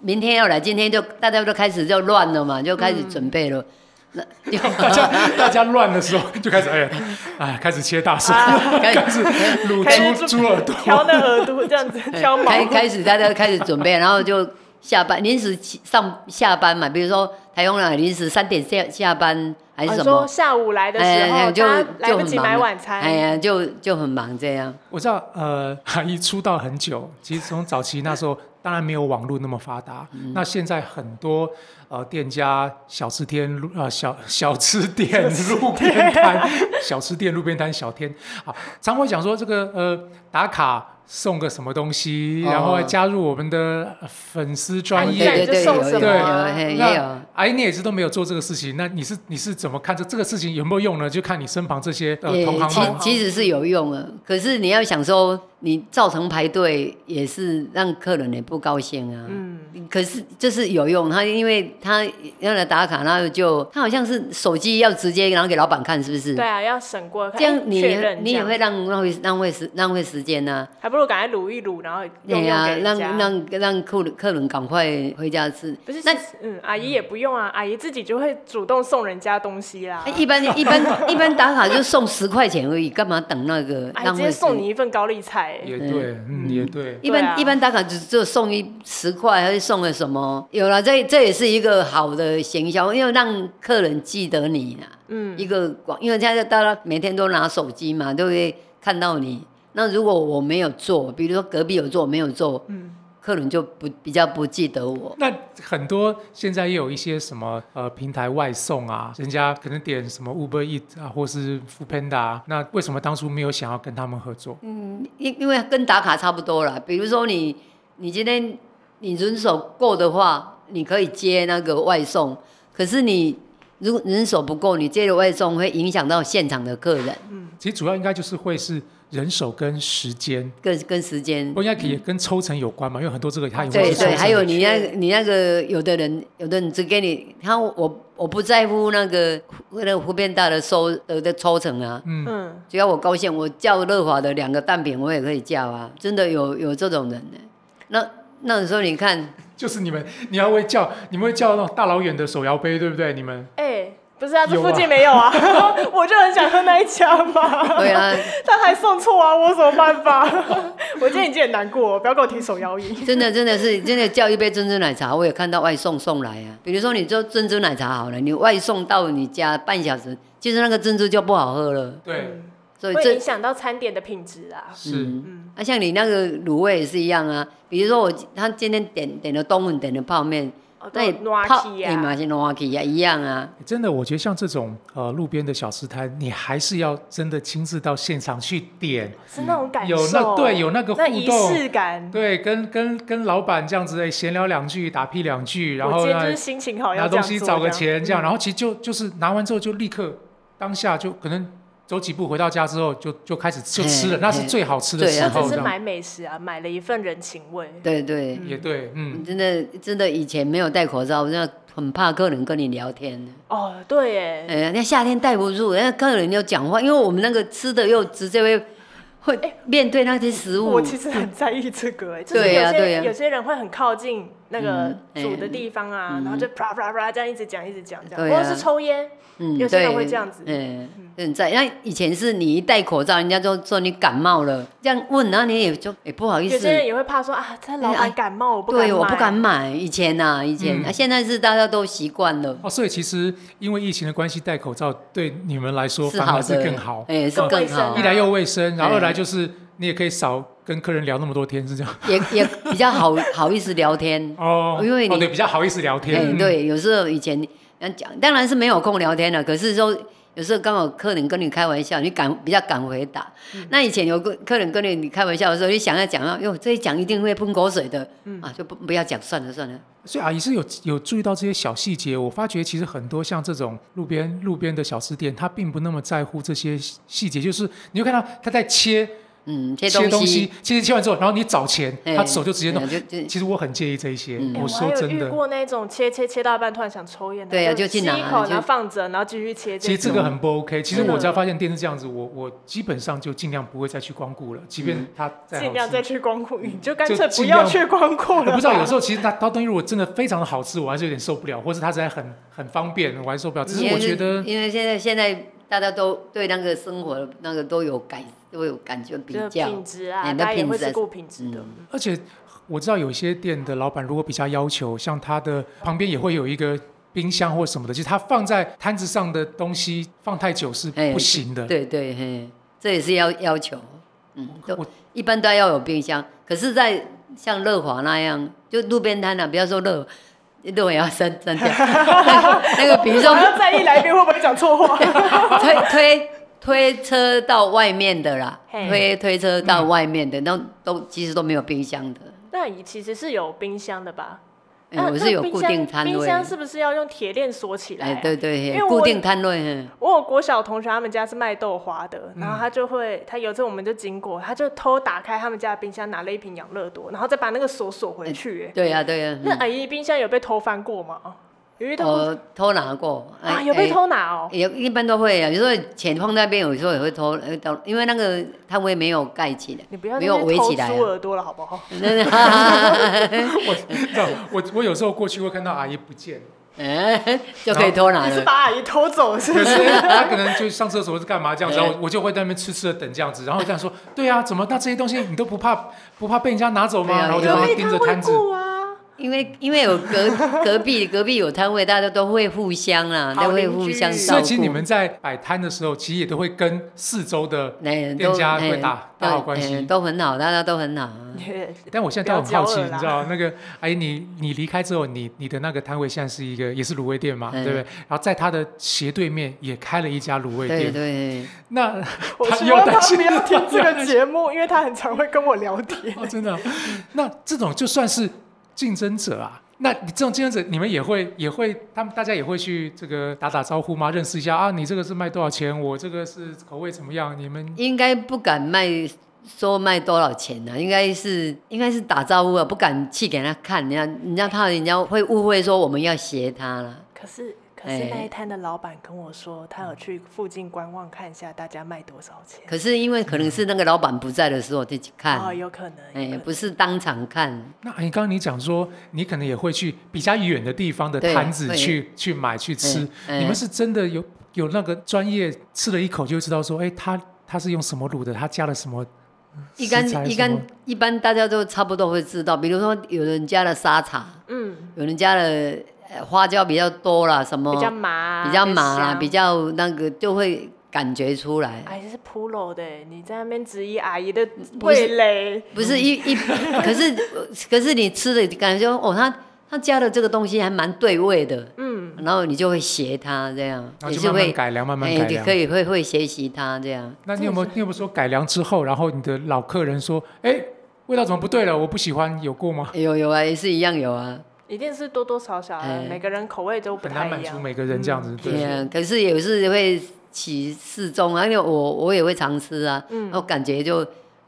Speaker 3: 明天要来，今天就大家都开始就乱了嘛，就开
Speaker 2: 嗯
Speaker 3: 始准备了。 那就
Speaker 1: 大家大家乱的时候就开始哎哎开始切大蒜，
Speaker 2: 啊
Speaker 3: 开
Speaker 1: 开始
Speaker 2: 开
Speaker 1: 卤
Speaker 2: 始
Speaker 1: 猪猪耳朵。
Speaker 2: 挑那耳朵这样子，挑毛，
Speaker 3: 开开始大家开始准备，然后就下班临时起上下班嘛，比如说台风来临时三点下下班
Speaker 2: 啊
Speaker 3: 还是
Speaker 2: 你
Speaker 3: 什
Speaker 2: 说
Speaker 3: 么，
Speaker 2: 下午来的
Speaker 3: 哎
Speaker 2: 时
Speaker 3: 哎
Speaker 2: 候，
Speaker 3: 就
Speaker 2: 大家来
Speaker 3: 就
Speaker 2: 不
Speaker 3: 很
Speaker 2: 及
Speaker 3: 忙
Speaker 2: 买
Speaker 3: 了，
Speaker 2: 晚餐，
Speaker 3: 哎呀就就很忙这样。
Speaker 1: 我知道，呃，阿姨出道很久，其实从早期那时候，当然没有网络那么发达。
Speaker 3: 嗯
Speaker 1: 那现在很多呃店家、小吃店、路呃小小吃店、路边摊、小吃店、路边摊、小天，好，常会讲说这个呃打卡送个什么东西，
Speaker 3: 哦
Speaker 1: 然后加入我们的呃粉丝专
Speaker 2: 按
Speaker 1: 业。
Speaker 2: 赞
Speaker 3: 对对
Speaker 2: 就
Speaker 3: 对，
Speaker 2: 送
Speaker 3: 有有
Speaker 2: 什么啊
Speaker 3: 有嘿
Speaker 1: 那
Speaker 3: 也有。
Speaker 1: 阿姨，你也是都没有做这个事情，那你是你是怎么看这这个事情有没有用呢？就看你身旁这些呃
Speaker 3: 也
Speaker 1: 同行
Speaker 3: 其
Speaker 1: 们。
Speaker 3: 其实是有用的，可是你要想说，你造成排队也是让客人也不高兴啊。
Speaker 2: 嗯，
Speaker 3: 可是就是有用，他因为他要来打卡，然后就他好像是手机要直接然后给老板看，是不是？
Speaker 2: 对啊，要审过，
Speaker 3: 这样
Speaker 2: 看
Speaker 3: 你
Speaker 2: 确认
Speaker 3: 你
Speaker 2: 这
Speaker 3: 也
Speaker 2: 样
Speaker 3: 会让浪费浪费时浪费时间呐、
Speaker 2: 还不如赶快卤一卤，然后用
Speaker 3: 对
Speaker 2: 用
Speaker 3: 哎呀、
Speaker 2: 给人
Speaker 3: 让
Speaker 2: 家。
Speaker 3: 让让客人客人赶快回家吃。
Speaker 2: 不是，
Speaker 3: 那
Speaker 2: 那嗯，阿姨也不用啊，阿姨自己就会主动送人家东西啦。
Speaker 3: 一般一般一般打卡就送十块钱而已，干嘛等那个
Speaker 2: 阿姨
Speaker 3: 浪
Speaker 2: 哎直
Speaker 3: 费
Speaker 2: 接
Speaker 3: 时间
Speaker 2: 送你一份高丽菜、
Speaker 1: 也对，嗯，也对。
Speaker 3: 一般、
Speaker 2: 对啊
Speaker 3: 一般打卡只就送一十块，还是送了什么？有了，这这也是一个好的行销，因为让客人记得你啊。
Speaker 2: 嗯，
Speaker 3: 一个广，因为现在大家每天都拿手机嘛，都会看到你。那如果我没有做，比如说隔壁有做，我没有做，
Speaker 2: 嗯
Speaker 3: 客人就不比较不记得我。
Speaker 1: 那很多现在也有一些什么呃平台外送啊，人家可能点什么 Uber Eat 啊，或是 Foodpanda，、啊、那为什么当初没有想要跟他们合作？
Speaker 3: 嗯因因为跟打卡差不多啦。比如说你你今天你人手够的话，你可以接那个外送，可是你如果人手不够，你这个外送会影响到现场的客人，
Speaker 1: 其实主要应该就是会是人手跟时间，
Speaker 3: 跟跟时间
Speaker 1: 不。过应该也跟抽成有关嘛，因为很多这个它也会
Speaker 3: 嗯对
Speaker 1: 是抽成
Speaker 3: 对，
Speaker 1: 的
Speaker 3: 还有你那你那个有的人，有的人只给你，他我我不在乎那个那个湖边大的收的的抽成啊，
Speaker 1: 嗯，
Speaker 2: 嗯，
Speaker 3: 只要我高兴，我叫乐华的两个蛋饼我也可以叫啊，真的有有这种人呢、那那时候你看，
Speaker 1: 就是你们你要会叫，你们会叫那种大老远的手摇杯，对不对？你们
Speaker 2: 哎、不是啊，这
Speaker 1: 有啊
Speaker 2: 附近没有 啊，我就很想喝那一家嘛。
Speaker 3: 对啊，
Speaker 2: 但还送错啊，我有什么办法？ 我今天已经很难过，不要跟我提手摇椅。
Speaker 3: 真的真的是真的叫一杯珍珠奶茶，我也看到外送送来啊。比如说你做珍珠奶茶好了，你外送到你家半小时，其实那个珍珠就不好喝了，
Speaker 1: 对
Speaker 3: 所以
Speaker 2: 会
Speaker 3: 这
Speaker 2: 影响到餐点的品质啊。
Speaker 1: 是
Speaker 3: 嗯，啊，像你那个卤味也是一样啊。比如说我他今天点点了冬粉，点了泡面，
Speaker 2: 哦
Speaker 3: 那也
Speaker 2: 都有暖
Speaker 3: 泡哎
Speaker 2: 气
Speaker 3: 也
Speaker 2: 啊，
Speaker 3: 嘛是暖气啊，一样啊。
Speaker 1: 真的，我觉得像这种呃路边的小吃摊，你还是要真的亲自到现场去点，
Speaker 2: 是那种感受，
Speaker 1: 有那对有那个互
Speaker 2: 那仪
Speaker 1: 动
Speaker 2: 式感。
Speaker 1: 对，跟跟跟老板这样子哎闲聊两句，打屁两句，然
Speaker 2: 我
Speaker 1: 后
Speaker 2: 今天就
Speaker 1: 呢
Speaker 2: 是心情好，要
Speaker 1: 拿东
Speaker 2: 这样
Speaker 1: 西
Speaker 2: 做
Speaker 1: 找
Speaker 2: 这
Speaker 1: 个
Speaker 2: 样嗯
Speaker 1: 钱这样，然后其实就就是拿完之后就立刻当下就可能走几步回到家之后就就开始就吃了，
Speaker 3: 嘿
Speaker 1: 那是
Speaker 3: 嘿
Speaker 1: 最好吃的
Speaker 3: 对
Speaker 1: 时
Speaker 3: 啊
Speaker 2: 或
Speaker 1: 候，
Speaker 2: 者
Speaker 1: 这
Speaker 2: 是
Speaker 1: 样
Speaker 2: 买美食啊，买了一份人情味。
Speaker 3: 对对，
Speaker 1: 也对，嗯，
Speaker 3: 真的真的以前没有戴口罩，我真的很怕客人跟你聊天的。
Speaker 2: 哦，对耶，
Speaker 3: 哎呀，那夏天戴不住，那客人又讲话，因为我们那个吃的又直接会会面哦对那些食物。
Speaker 2: 我其实很在意这个，哎，就是
Speaker 3: 对
Speaker 2: 有
Speaker 3: 啊对
Speaker 2: 些
Speaker 3: 啊
Speaker 2: 有些人会很靠近那个
Speaker 3: 嗯哎
Speaker 2: 煮的地方啊，然后就啪啪啪这样一直讲一直讲这样，
Speaker 3: 对
Speaker 2: 或
Speaker 3: 啊
Speaker 2: 者是抽烟，
Speaker 3: 嗯
Speaker 2: 有些人
Speaker 3: 对
Speaker 2: 会这样子
Speaker 3: 嗯，很在。那以前是你一戴口罩，人家就说你感冒了，这样问，然后你也就也不好意
Speaker 2: 有
Speaker 3: 思
Speaker 2: 些。人也会怕说啊，这老
Speaker 3: 哎
Speaker 2: 板
Speaker 3: 哎
Speaker 2: 感冒，我不敢
Speaker 3: 对，我不
Speaker 2: 买
Speaker 3: 敢买。以前呐、以前、
Speaker 1: 嗯
Speaker 3: 啊，现在是大家都习惯了，
Speaker 1: 哦，所以其实因为疫情的关系，戴口罩对你们来说
Speaker 3: 是
Speaker 1: 反而
Speaker 3: 好
Speaker 1: 是
Speaker 3: 的，
Speaker 1: 更好，
Speaker 3: 哎、是
Speaker 2: 更卫
Speaker 3: 更
Speaker 2: 生
Speaker 3: 好
Speaker 2: 啊
Speaker 1: 一，来又卫生，然后
Speaker 3: 哎
Speaker 1: 二来就是你也可以少跟客人聊那么多天，是这样。
Speaker 3: 也也比较好好意思聊天。
Speaker 1: 哦，
Speaker 3: 因为你
Speaker 1: 哦对比较好意思聊
Speaker 3: 哎、
Speaker 1: 天，嗯，
Speaker 3: 对，有时候以前人家讲，当然是没有空聊天了，可是说有时候刚好客人跟你开玩笑，你敢比较敢回答。
Speaker 1: 嗯
Speaker 3: 那以前有个客人跟你你开玩笑的时候，你想要讲啊，哟，这一讲一定会喷口水的，
Speaker 1: 嗯
Speaker 3: 啊，就不不要讲，算了算了。
Speaker 1: 所以阿姨是有有注意到这些小细节。我发觉其实很多像这种路边路边的小吃店，它并不那么在乎这些细细节，就是你会看到他在切
Speaker 3: 嗯，切
Speaker 1: 切
Speaker 3: 东
Speaker 1: 东
Speaker 3: 西，
Speaker 1: 西，切切完之后，然后你找钱，
Speaker 3: 哎
Speaker 1: 他手就直接弄
Speaker 3: 哎。就就
Speaker 1: 其实我很介意这一些，
Speaker 3: 嗯
Speaker 2: 哎
Speaker 1: 我
Speaker 2: 我还
Speaker 1: 说
Speaker 2: 有
Speaker 1: 真
Speaker 2: 遇
Speaker 1: 的，
Speaker 2: 过那种切切切到一半突然想抽烟，
Speaker 3: 对啊就
Speaker 2: 吸
Speaker 3: 去
Speaker 2: 一
Speaker 3: 拿
Speaker 2: 口，
Speaker 3: 就
Speaker 2: 然后放着，然后继续切。
Speaker 1: 其实这
Speaker 2: 种
Speaker 1: 个很不 OK。其实
Speaker 2: 真的
Speaker 1: 我只要发现店是这样子，我我基本上就尽量不会再去光顾了，即便它再好吃。嗯
Speaker 2: 尽量再去光顾，你就干
Speaker 1: 就
Speaker 2: 脆
Speaker 1: 尽
Speaker 2: 不要
Speaker 1: 量
Speaker 2: 去光顾
Speaker 1: 我
Speaker 2: 了。
Speaker 1: 不知道，有时候其实它它东西如果真的非常的好吃，我还是有点受不了，或是它实在很很方便，我还受不了。只是
Speaker 3: 因
Speaker 1: 我
Speaker 3: 为
Speaker 1: 觉得，
Speaker 3: 因为现在现在大家都对那个生活那个都有感都有感觉比
Speaker 2: 就是
Speaker 3: 较
Speaker 2: 品，质啊，
Speaker 3: 哎那
Speaker 2: 大家也
Speaker 3: 品
Speaker 2: 会
Speaker 3: 质嗯
Speaker 2: 是
Speaker 3: 还是
Speaker 2: 顾品质的。
Speaker 1: 而且我知道有些店的老板如果比较要求，像他的旁边也会有一个冰箱或什么的，就是他放在摊子上的东西放太久是
Speaker 3: 哎
Speaker 1: 不行的。
Speaker 3: 对对嘿，这也是要要求，嗯，都
Speaker 1: 我
Speaker 3: 一般都要有冰箱，可是，在像乐华那样，就路边摊啊，不要说乐，乐华也要删删掉， 那个比如说
Speaker 2: 我要在意来宾会不会讲错 话？
Speaker 3: 推推推车到外面的啦，
Speaker 2: 嘿嗯
Speaker 3: 推推车到外面的，那都其实都没有冰箱的，
Speaker 2: 那你其实是有冰箱的吧？
Speaker 3: 哎
Speaker 2: 啊
Speaker 3: 我
Speaker 2: 那
Speaker 3: 是有
Speaker 2: 冰
Speaker 3: 固
Speaker 2: 箱
Speaker 3: 定摊位
Speaker 2: 冰箱是不是要用铁链锁起来、
Speaker 3: 哎，
Speaker 2: 啊？
Speaker 3: 对对，
Speaker 2: 因为
Speaker 3: 嘿
Speaker 2: 我
Speaker 3: 固定摊位，嘿
Speaker 2: 我有国小同学，他们家是卖豆花的，然
Speaker 3: 嗯
Speaker 2: 后他就会，他有一次我们就经过，他就偷打开他们家的冰箱，拿了一瓶养乐多，然后再把那个锁锁回去、哎
Speaker 3: 对呀、对呀、
Speaker 2: 那
Speaker 3: 嗯
Speaker 2: 阿姨冰箱有被偷翻过吗？有遇到过、
Speaker 3: 我偷拿过，
Speaker 2: 啊？
Speaker 3: 哎
Speaker 2: 有被、偷拿哦、
Speaker 3: 哎也一般都会啊。有时候钱放那边，有时候也会偷，呃到因为那个摊位没有盖起来，
Speaker 2: 你不要
Speaker 3: 没有
Speaker 2: 在那边
Speaker 3: 围
Speaker 2: 偷
Speaker 3: 起来、
Speaker 2: 猪
Speaker 3: 啊。
Speaker 2: 耳朵了好不好？
Speaker 1: 我知道，我我有时候过去会看到阿姨不见，
Speaker 3: 哎， 就可以偷拿
Speaker 2: 你是
Speaker 3: 了。
Speaker 2: 把阿姨偷走是不
Speaker 1: 可
Speaker 2: 是？
Speaker 1: 是她可能就上厕所是干嘛这样子，
Speaker 3: 哎
Speaker 1: 然后我我就会在那边痴痴的等这样子，然后这样说，对啊，怎么那这些东西你都不怕不怕被人家拿走吗？
Speaker 3: 对啊
Speaker 1: 然后我就
Speaker 3: 有
Speaker 1: 帮
Speaker 2: 被
Speaker 1: 她盯
Speaker 2: 他
Speaker 1: 着
Speaker 2: 会
Speaker 1: 摊子，
Speaker 2: 顾啊。
Speaker 3: 因为因为有隔隔壁隔壁有摊位，大家都会互相啦，
Speaker 2: 好
Speaker 3: 都会
Speaker 2: 邻
Speaker 3: 互
Speaker 2: 居
Speaker 3: 相照
Speaker 1: 所
Speaker 3: 顾。
Speaker 1: 以其实你们在摆摊的时候，其实也都会跟四周的
Speaker 3: 哎
Speaker 1: 店
Speaker 3: 都
Speaker 1: 家
Speaker 3: 哎
Speaker 1: 会打打好关系
Speaker 3: 哎都很好，大家都很好啊。
Speaker 1: 但我现在都很好奇，
Speaker 2: 不要骄傲啦
Speaker 1: 你知道那个哎，你你离开之后，你你的那个摊位现在是一个也是卤味店嘛，
Speaker 3: 嗯
Speaker 1: 对不对？然后在他的斜对面也开了一家卤味店，
Speaker 3: 对对，
Speaker 1: 那
Speaker 2: 我
Speaker 1: 他
Speaker 2: 希
Speaker 1: 又
Speaker 2: 望
Speaker 1: 担
Speaker 2: 他
Speaker 1: 心
Speaker 2: 不要听 这
Speaker 1: 他
Speaker 2: 个节目，
Speaker 1: 哦
Speaker 2: 因为他很常会跟我聊天。
Speaker 1: 哦，真的啊、那这种就算是竞争者啊，那你这种竞争者，你们也会也会，他们大家也会去这个打打招呼吗？认识一下啊，你这个是卖多少钱？我这个是口味怎么样？你们
Speaker 3: 应该不敢卖，说卖多少钱呢、应该是应该是打招呼啊，不敢去给人家看，人家人家怕人家会误会说我们要学他了。
Speaker 4: 可是可是
Speaker 3: 哎嗯
Speaker 4: 那一摊的老板跟我说，他有去附近观望看一下大家卖多少钱。
Speaker 3: 可是因为可能是那个老板不在的时候就去看，
Speaker 4: 哦，有可能，
Speaker 3: 哎、
Speaker 4: 有可
Speaker 3: 不是当场看，
Speaker 1: 那你刚刚你讲说，你可能也会去比较远的地方的
Speaker 3: 对
Speaker 1: 摊子
Speaker 3: 会
Speaker 1: 去去买去吃，
Speaker 3: 嗯
Speaker 1: 你们是真的有有那个专业吃了一口就知道说，哎，它它是用什么卤的，它加了什么
Speaker 3: 一
Speaker 1: 食材什么，
Speaker 3: 般一般一般大家都差不多会知道，比如说有人家的沙茶，
Speaker 2: 嗯，
Speaker 3: 有人家的呃花椒比较多啦，什么
Speaker 2: 比较麻啊，
Speaker 3: 哦比较麻啦，
Speaker 2: 香
Speaker 3: 比较那个就会感觉出来。
Speaker 2: 哎，这是 Polo 的，你在那边质疑阿姨的
Speaker 3: 不是
Speaker 2: 味蕾，
Speaker 3: 不是一 一，可是可是你吃的感觉哦，他他加的这个东西还蛮对味的，
Speaker 2: 嗯，
Speaker 3: 然后你就会学他这样，
Speaker 1: 然后
Speaker 3: 也
Speaker 1: 就是慢慢
Speaker 3: 会
Speaker 1: 改良，慢慢
Speaker 3: 哎，
Speaker 1: 改
Speaker 3: 你
Speaker 1: 良。
Speaker 3: 可以会会学习他这样。
Speaker 1: 那你有没有你有没有说改良之后，然后你的老客人说，哎，味道怎么不对了？我不喜欢，有过吗？
Speaker 3: 有有啊，也是一样有啊，
Speaker 2: 一定是多多少少的
Speaker 3: 哎，
Speaker 2: 每个人口味都不
Speaker 1: 很难
Speaker 2: 太
Speaker 1: 满
Speaker 2: 一
Speaker 1: 足
Speaker 2: 样。
Speaker 1: 每个人这样子，
Speaker 3: 对
Speaker 1: 对。
Speaker 3: 啊。可是有时会起适中啊，因为我我也会常吃啊，
Speaker 1: 嗯
Speaker 3: 然后感觉就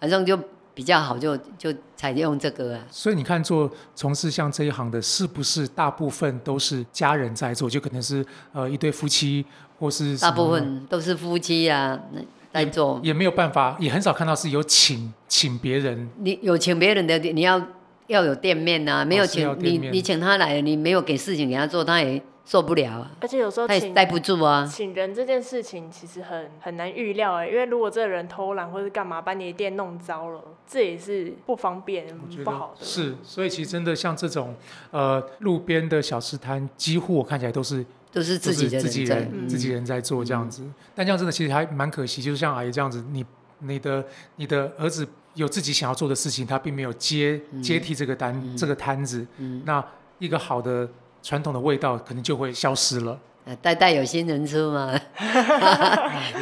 Speaker 3: 反正就比较好，就就采用这个啊。
Speaker 1: 所以你看，做从事像这一行的，是不是大部分都是家人在做？就可能是呃一对夫妻，或是什
Speaker 3: 大
Speaker 1: 么
Speaker 3: 部分都是夫妻啊那在做。
Speaker 1: 也没有办法，也很少看到是有请请别人。
Speaker 3: 你有请别人的，你要要有店面呐、没有
Speaker 1: 哦是
Speaker 3: 请、
Speaker 1: 要店
Speaker 3: 你，
Speaker 1: 面
Speaker 3: 你请他来，你没有给事情给他做，他也受不了啊，
Speaker 2: 而且有时候
Speaker 3: 他也
Speaker 2: 请
Speaker 3: 待不住啊。
Speaker 2: 请人这件事情其实很很难预料哎，因为如果这个人偷懒或者干嘛把你的店弄糟了，这也是不方便
Speaker 1: 我觉、
Speaker 2: 不
Speaker 1: 得
Speaker 2: 好的。
Speaker 1: 是，所以其实真的像这种呃路边的小吃摊，几乎我看起来都是
Speaker 3: 都是自己的
Speaker 1: 都是自己人
Speaker 3: 在、
Speaker 1: 自己人在嗯做这样子。但这样真的其实还蛮可惜，就是像阿姨这样子，你你的你的儿子有自己想要做的事情，他并没有接、接替这个单、这个摊子，那一个好的传统的味道可能就会消失了。
Speaker 3: 呃代代有新人出嘛，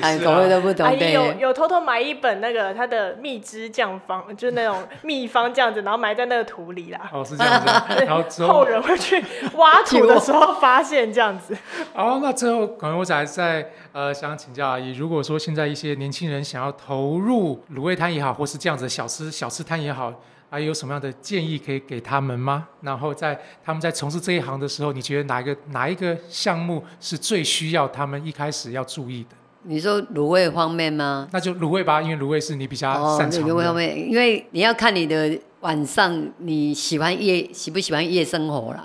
Speaker 3: 哎，口味都不
Speaker 2: 阿
Speaker 3: 同，
Speaker 2: 姨有
Speaker 3: 对，
Speaker 2: 有偷偷买一本那个她的蜜汁酱方，就是那种秘方这样子，然后埋在那个土里啦。
Speaker 1: 哦，是这样子。 然后之后
Speaker 2: 后人会去挖土的时候发现这样子。
Speaker 1: 好，那最后可能我仔在呃想请教阿姨，如果说现在一些年轻人想要投入卤味摊也好，或是这样子的小吃小吃摊也好，阿姨有什么样的建议可以给他们吗？然后在他们在从事这一行的时候，你觉得哪一个哪一个项目是最需要他们一开始要注意的？
Speaker 3: 你说卤味方面吗？
Speaker 1: 那就卤味吧，因为卤味是你比较
Speaker 3: 哦，
Speaker 1: 擅长的。
Speaker 3: 卤味方面，因为你要看你的晚上你喜欢夜喜不喜欢夜生 活啦，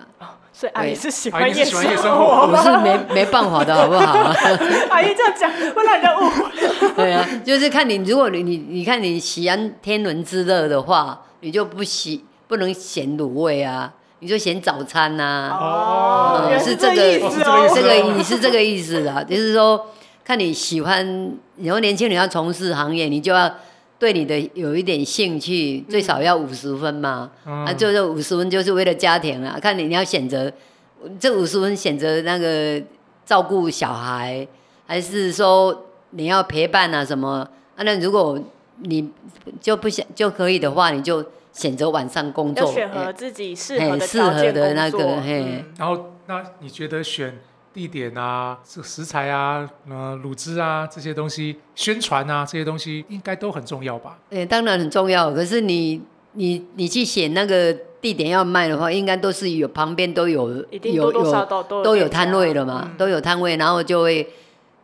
Speaker 2: 所以阿姨
Speaker 3: 对
Speaker 2: 是喜
Speaker 1: 阿姨
Speaker 2: 欢
Speaker 1: 你
Speaker 2: 夜
Speaker 1: 是喜
Speaker 2: 生
Speaker 1: 欢夜生
Speaker 2: 活。
Speaker 3: 我是没没办法的好不好？
Speaker 2: 阿姨这样讲会让人家误会。
Speaker 3: 对啊，就是看你，如果你你你看你喜欢天伦之乐的话，你就不喜不能嫌卤味啊，你就嫌早餐啊呐、
Speaker 1: 哦
Speaker 2: 原来
Speaker 3: 嗯呃是
Speaker 2: 这
Speaker 3: 这个
Speaker 2: 意思
Speaker 1: 哦
Speaker 2: 哦。
Speaker 1: 是
Speaker 3: 这
Speaker 1: 这个意思
Speaker 3: 个你是这个意思啦，就是说看你喜欢，然后年轻人要从事行业，你就要对你的有一点兴趣，最少要五十分嘛。
Speaker 1: 嗯
Speaker 3: 啊，就是五十分就是为了家庭啊，看你你要选择这五十分选择那个照顾小孩，还是说你要陪伴啊什么？啊，那如果你就不想就可以的话，你就选择晚上工
Speaker 2: 要
Speaker 3: 作，
Speaker 2: 选合
Speaker 3: 哎
Speaker 2: 自己适合
Speaker 3: 哎
Speaker 2: 的
Speaker 3: 适
Speaker 2: 条
Speaker 3: 合
Speaker 2: 件
Speaker 3: 的那
Speaker 2: 工
Speaker 3: 个
Speaker 2: 作。，嗯
Speaker 3: 嘿，
Speaker 1: 然后那你觉得选地点啊、这食材啊、呃卤汁啊这些东西、宣传啊这些东西应该都很重要吧？
Speaker 3: 哎，当然很重要。可是你你你去选那个地点要卖的话，应该都是有旁边都有
Speaker 2: 一定多多
Speaker 3: 有有
Speaker 2: 少少都嗯
Speaker 3: 都有
Speaker 2: 店家
Speaker 3: 摊位了嘛，都有摊位，然后就会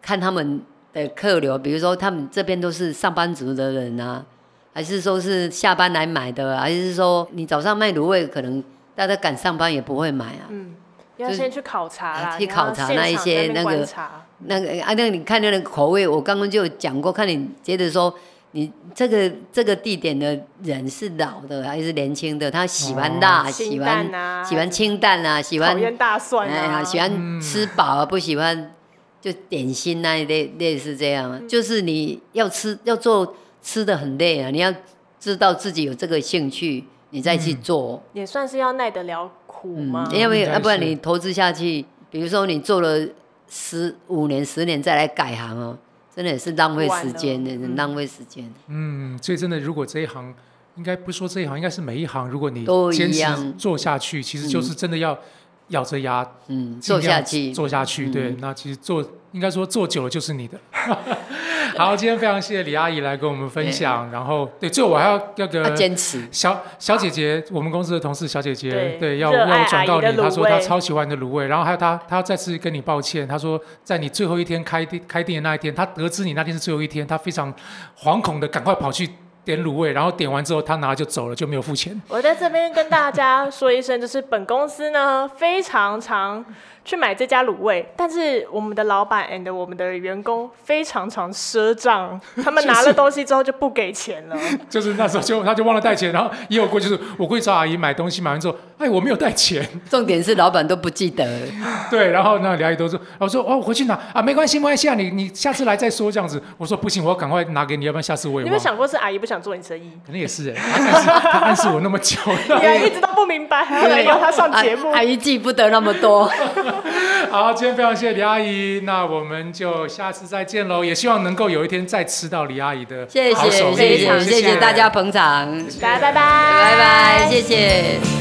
Speaker 3: 看他们的客流，比如说他们这边都是上班族的人啊，还是说是下班来买的，啊还是说你早上卖卤味，可能大家赶上班也不会买啊。
Speaker 2: 嗯，要
Speaker 3: 就是
Speaker 2: 先去考察啦，
Speaker 3: 啊去
Speaker 2: 你要
Speaker 3: 考察
Speaker 2: 现
Speaker 3: 那一
Speaker 2: 场
Speaker 3: 些
Speaker 2: 边
Speaker 3: 那
Speaker 2: 观
Speaker 3: 个
Speaker 2: 察
Speaker 3: 那个啊，那你看那个口味，我刚刚就有讲过，看你觉得说你这个这个地点的人是老的还是年轻的，他喜欢辣，
Speaker 2: 哦清
Speaker 3: 喜
Speaker 2: 淡
Speaker 3: 欢、
Speaker 2: 啊
Speaker 3: 喜欢清淡啊，喜欢
Speaker 2: 讨厌大蒜
Speaker 3: 哎呀，
Speaker 2: 啊，
Speaker 3: 喜欢吃饱啊，不喜欢就点心那一类类似这样
Speaker 2: 嗯
Speaker 3: 啊。就是你要吃要做吃的很累啊，你要知道自己有这个兴趣，你再
Speaker 2: 嗯
Speaker 3: 去做。
Speaker 2: 也算是要耐得了苦嘛。
Speaker 3: 嗯因为
Speaker 1: 应
Speaker 3: 啊
Speaker 1: 该
Speaker 3: 要不然
Speaker 1: 是
Speaker 3: 你投资下去，比如说你做了十五年、十年再来改行哦，真的也是浪费
Speaker 2: 不晚嗯
Speaker 3: 时
Speaker 2: 了
Speaker 3: 间的，浪费时间。
Speaker 1: 嗯，所以真的，如果这一行应该不说这一行，应该是每一行，如果你
Speaker 3: 都一
Speaker 1: 坚持
Speaker 3: 样
Speaker 1: 做下去，其实就是真的要咬着牙
Speaker 3: 嗯，
Speaker 1: 尽
Speaker 3: 做
Speaker 1: 量
Speaker 3: 下去，
Speaker 1: 做下去。
Speaker 3: 嗯
Speaker 1: 对，那其实做应该说做久了就是你的。 好，今天非常谢谢李阿姨来跟我们分享。然后，对，最后我还要要
Speaker 3: 要
Speaker 1: 个
Speaker 3: 坚持。
Speaker 1: 小小姐姐，我们公司的同事小姐姐，
Speaker 2: 对
Speaker 1: 对，要
Speaker 2: 热爱
Speaker 1: 要转告
Speaker 2: 阿姨
Speaker 1: 你，
Speaker 2: 的
Speaker 1: 她说
Speaker 2: 卤味
Speaker 1: 她超喜欢你的卤味，然后还有她，她要再次跟你抱歉，她说在你最后一天开店开店的那一天，她得知你那天是最后一天，她非常惶恐的赶快跑去点卤味，然后点完之后她拿就走了，就没有付钱。
Speaker 2: 我在这边跟大家说一声，就是本公司呢非常常去买这家卤味，但是我们的老板 and 我们的员工非常常赊 账，他们拿了东西之后就不给钱了。
Speaker 1: 就是那时候就她就忘了带钱，然后也有过就是我过去找阿姨买东西，买完之后，哎，我没有带钱，
Speaker 3: 重点是老板都不记得，
Speaker 1: 对，然后那李阿姨都说，我说哦回去拿啊，没关系没关系啊，你你下次来再说这样子，我说不行，我要赶快拿给你，要不然下次我也忘
Speaker 2: 你有没有
Speaker 1: 了。
Speaker 2: 想过是阿姨不想做你生意？
Speaker 1: 可能也是哎、他暗示他暗示我那么久
Speaker 2: 你还一
Speaker 1: 了。
Speaker 2: 直都不明白，还要来邀他上节目
Speaker 3: 啊阿。阿姨记不得那么多。
Speaker 1: 好，今天非常谢谢李阿姨，那我们就下次再见喽。也希望能够有一天再吃到李阿姨的
Speaker 3: 谢
Speaker 1: 好手
Speaker 3: 谢
Speaker 1: 艺
Speaker 2: 非
Speaker 3: 谢
Speaker 2: 常
Speaker 3: 谢谢谢大家捧场，
Speaker 2: 大家拜拜，
Speaker 3: 拜拜，谢谢。